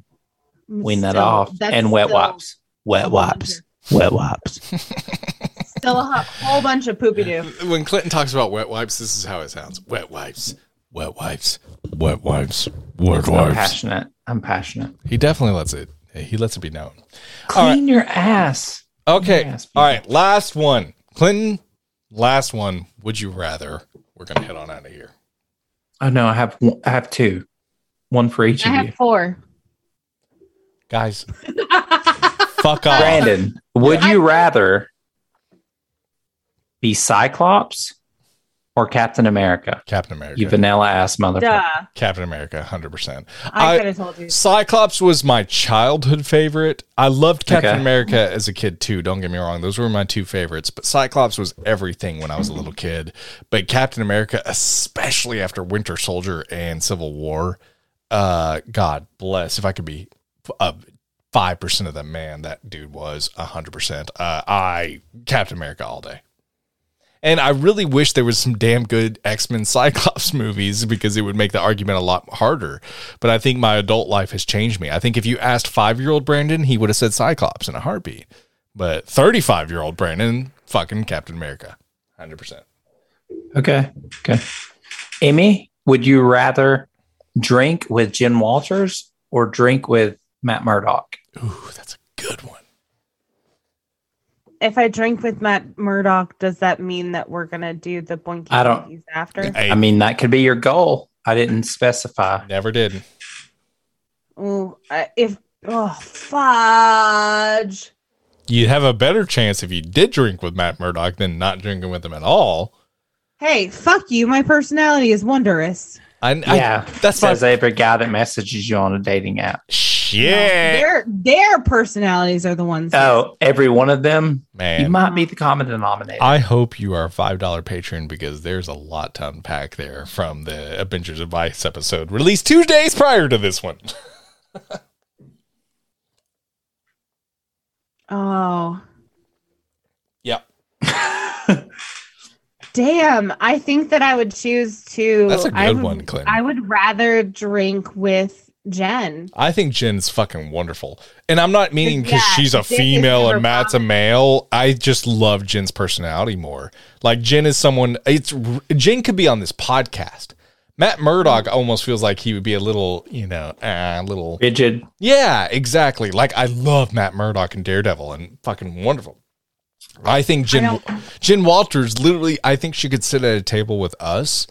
B: wean that
C: Still,
B: off.
C: that's
B: And wet
C: still-
B: wipes. Wet wipes. Wet wipes.
C: Still a hu- whole bunch of poopy doo.
A: when Clinton talks about wet wipes, this is how it sounds: wet wipes, wet wipes, wet wipes, wet
B: I'm
A: wipes.
B: passionate. I'm passionate.
A: He definitely lets it. He lets it be known. All right.
B: Clean your ass.
A: Okay.
B: Yes,
A: All right. Last one, Clinton. Last one. Would you rather? We're gonna head on out of here.
B: Oh no, I have one, I have two. One for each
C: I
B: of you.
C: have four.
A: Guys, fuck off.
B: Brandon, would
C: I-
B: you rather be Cyclops or Captain America?
A: Captain America.
B: You vanilla ass motherfucker.
C: Duh.
A: Captain America, hundred percent.
C: I,
A: I-
C: could have told you.
A: Cyclops was my childhood favorite. I loved Captain
B: Okay.
A: America as a kid too. Don't get me wrong; those were my two favorites. But Cyclops was everything when I was a little kid. But Captain America, especially after Winter Soldier and Civil War, uh, God bless. If I could be five percent of the man that dude was, hundred percent. Uh, I Captain America all day. And I really wish there was some damn good X Men Cyclops movies because it would make the argument a lot harder. But I think my adult life has changed me. I think if you asked five year old Brandon, he would have said Cyclops in a heartbeat. But 35 year old Brandon, fucking Captain America. 100%.
B: Okay. Okay. Amy, would you rather drink with Jen Walters or drink with Matt Murdock?
A: Ooh, that's a good one.
C: If I drink with Matt Murdock, does that mean that we're gonna do the boinky
B: I don't-
C: boinkies after?
A: I,
B: I mean, that could be your goal. I didn't specify.
A: never did.
C: Ooh, I, if oh fudge.
A: You'd have a better chance if you did drink with Matt Murdock than not drinking with him at all.
C: Hey, fuck you. My personality is wondrous.
A: I,
B: yeah.
A: I, that's my
B: Says every guy that messages you on a dating app.
A: shit,
C: Their their personalities are the ones. that-
B: Oh, every one of them. You
A: man.
B: might be the common denominator.
A: I hope you are a five dollar patron because there's a lot to unpack there from the Avengers Advice episode released two days prior to this one.
C: oh.
A: Yep.
C: Damn, I think that I would choose to.
A: That's a good
C: I would,
A: one, Clinton.
C: I would rather drink with Jen.
A: I think Jen's fucking wonderful. And I'm not meaning because
C: Yeah,
A: she's a
C: Jen is
A: female
C: super
A: and Matt's a male. I just love Jen's personality more. Like Jen is someone it's Jen could be on this podcast. Matt Murdock almost feels like he would be a little, you know, ah, a little
B: Rigid.
A: Yeah, exactly. Like I love Matt Murdock and Daredevil and fucking wonderful. I think Jen
C: don't-
A: Jen Walters literally I think she could sit at a table with us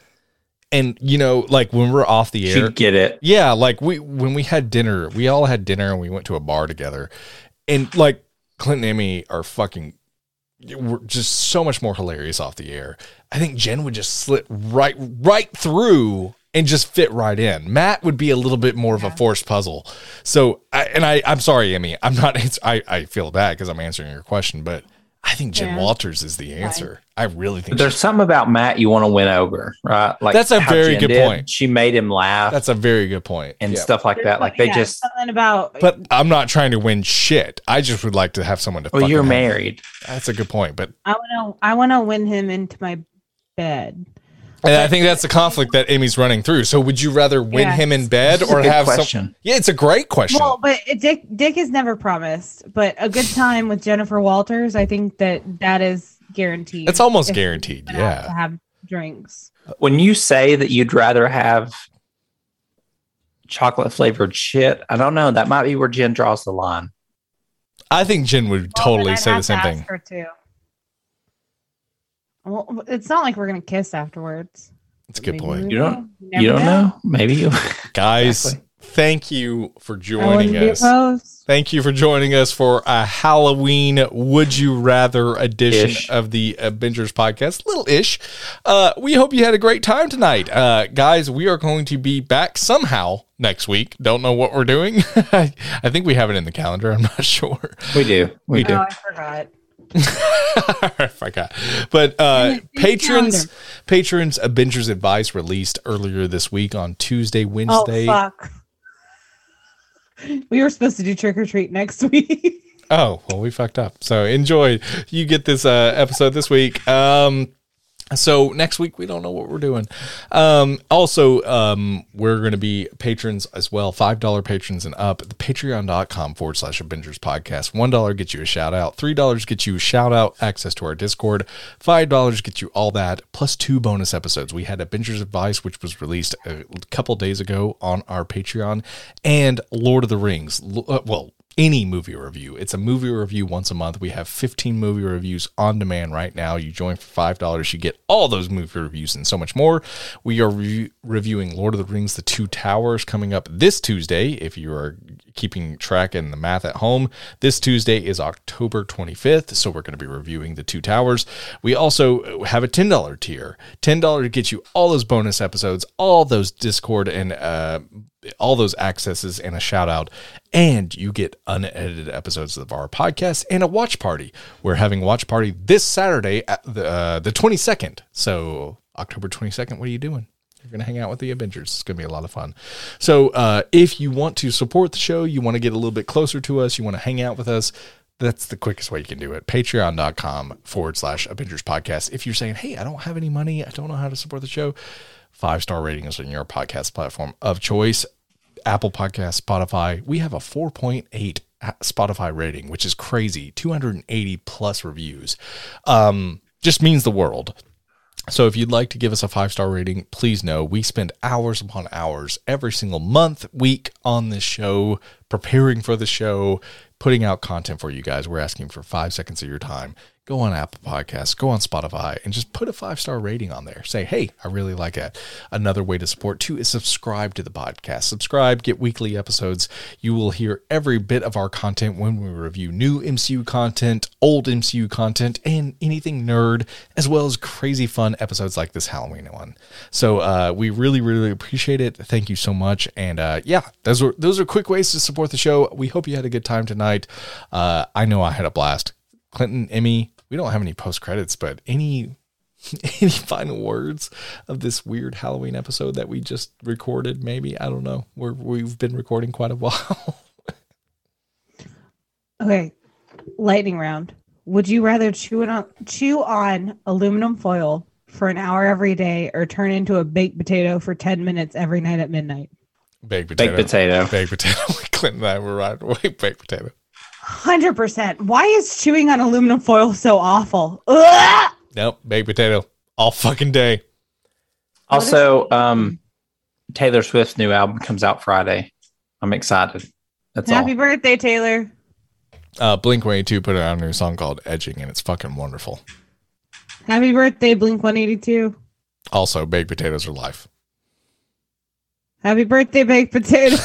A: and you know, like when we're off the air.
B: She'd get it.
A: Yeah, like we when we had dinner, we all had dinner and we went to a bar together, and like Clinton and Emmy are fucking we're just so much more hilarious off the air. I think Jen would just slit right right through and just fit right in. Matt would be a little bit more of a forced puzzle. So, I, and I I'm sorry, Emmy, I'm not. It's, I I feel bad because I'm answering your question, but I think Jen
C: Yeah.
A: Walters is the answer. I really think
B: But there's something about Matt you want to win over, right? Like
A: That's a
B: how
A: very
B: Jen
A: good
B: did.
A: point.
B: She made him laugh
A: that's a very good point.
B: and
A: Yeah.
B: stuff like that. Like they
C: Yeah,
B: just,
C: something about.
A: But I'm not trying to win shit. I just would like to have someone to.
B: well,
A: fucking
B: you're
A: have-
B: married.
A: That's a good point, but
C: I want to. I want to win him into my bed.
A: and I think that's the conflict that Amy's running through. So, would you rather win
C: Yeah.
A: him in bed
B: This is a
A: or
B: good
A: have some?
B: question.
A: Yeah, it's a great question.
C: Well, but it- Dick Dick is never promised. But a good time with Jennifer Walters, I think that that is guaranteed.
A: it's almost
C: If
A: guaranteed.
C: we're gonna have To
A: Yeah,
C: have drinks.
B: When you say that you'd rather have chocolate flavored shit, I don't know. That might be where Jen draws the line.
A: I think Jen would
D: Well,
A: totally
D: then I'd
A: say the
D: have to
A: same
D: ask
A: thing.
D: Her too. Well, it's not like we're gonna kiss afterwards.
A: It's a good
D: Maybe
A: point.
D: we
B: You
D: will.
B: don't-
D: never
B: you don't know? Maybe you.
A: Guys,
B: Exactly.
A: thank you for
C: I wouldn't
A: joining
C: be
A: us.
C: opposed.
A: Thank you for joining us for a Halloween Would You Rather edition
B: Ish.
A: of the Avengers podcast. Little ish. Uh, we hope you had a great time tonight. Uh, guys, we are going to be back somehow next week. Don't know what we're doing. I think we have it in the calendar. I'm not sure.
B: We do. We do.
D: Oh, I forgot.
A: I forgot. But uh,
C: the
A: patrons,
C: calendar.
A: patrons, Avengers advice released earlier this week on Tuesday,
D: Oh
A: Wednesday.
D: fuck!
C: We were supposed to do trick or treat next week.
A: Oh, well, we fucked up. So enjoy. You get this uh, episode this week. Um, so next week we don't know what we're doing. Um, also, um, we're going to be patrons as well, five dollar patrons and up. The Patreon.com forward slash Avengers Podcast. One dollar gets you a shout out. Three dollars gets you a shout out, access to our Discord. Five dollars gets you all that plus two bonus episodes. We had Avengers Advice, which was released a couple days ago on our Patreon, and Lord of the Rings. L- uh, Well, any movie review. It's a movie review once a month. We have 15 movie reviews on demand right now. You join for $5, you get all those movie reviews and so much more. We are re- reviewing Lord of the Rings The Two Towers coming up this Tuesday. If you are keeping track and the math at home, this Tuesday is October 25th. So we're going to be reviewing The Two Towers. We also have a $10 tier. $10 gets you all those bonus episodes, all those Discord and uh, all those accesses and a shout out. And you get unedited episodes of our podcast and a watch party. We're having a watch party this Saturday, at the, uh, the 22nd. So, October 22nd, what are you doing? You're going to hang out with the Avengers. It's going to be a lot of fun. So, uh, if you want to support the show, you want to get a little bit closer to us, you want to hang out with us, that's the quickest way you can do it. Patreon.com forward slash Avengers Podcast. If you're saying, hey, I don't have any money, I don't know how to support the show, five star ratings on your podcast platform of choice. Apple Podcasts, Spotify. We have a 4.8 Spotify rating, which is crazy. 280 plus reviews. Um, just means the world. So if you'd like to give us a five star rating, please know we spend hours upon hours every single month, week on this show, preparing for the show, putting out content for you guys. We're asking for five seconds of your time. Go on Apple Podcasts, go on Spotify, and just put a five star rating on there. Say, hey, I really like that. Another way to support too is subscribe to the podcast. Subscribe, get weekly episodes. You will hear every bit of our content when we review new MCU content, old MCU content, and anything nerd, as well as crazy fun episodes like this Halloween one. So uh, we really, really appreciate it. Thank you so much. And uh, yeah, those are those are quick ways to support the show. We hope you had a good time tonight. Uh, I know I had a blast. Clinton, Emmy, we don't have any post credits, but any any final words of this weird Halloween episode that we just recorded? Maybe I don't know. We're, we've been recording quite a while.
C: Okay, lightning round. Would you rather chew it on chew on aluminum foil for an hour every day, or turn into a baked potato for ten minutes every night at midnight?
A: Baked potato.
B: Baked potato.
A: Baked potato. Clinton and I were right away. Baked potato.
C: Hundred percent. Why is chewing on aluminum foil so awful? Ugh!
A: Nope. Baked potato. All fucking day.
B: Also, um, Taylor Swift's new album comes out Friday. I'm excited. That's
C: Happy
B: all.
C: birthday, Taylor.
A: Uh, Blink 182 put out a new song called Edging, and it's fucking wonderful.
C: Happy birthday, Blink 182.
A: Also, baked potatoes are life.
C: Happy birthday, baked potato.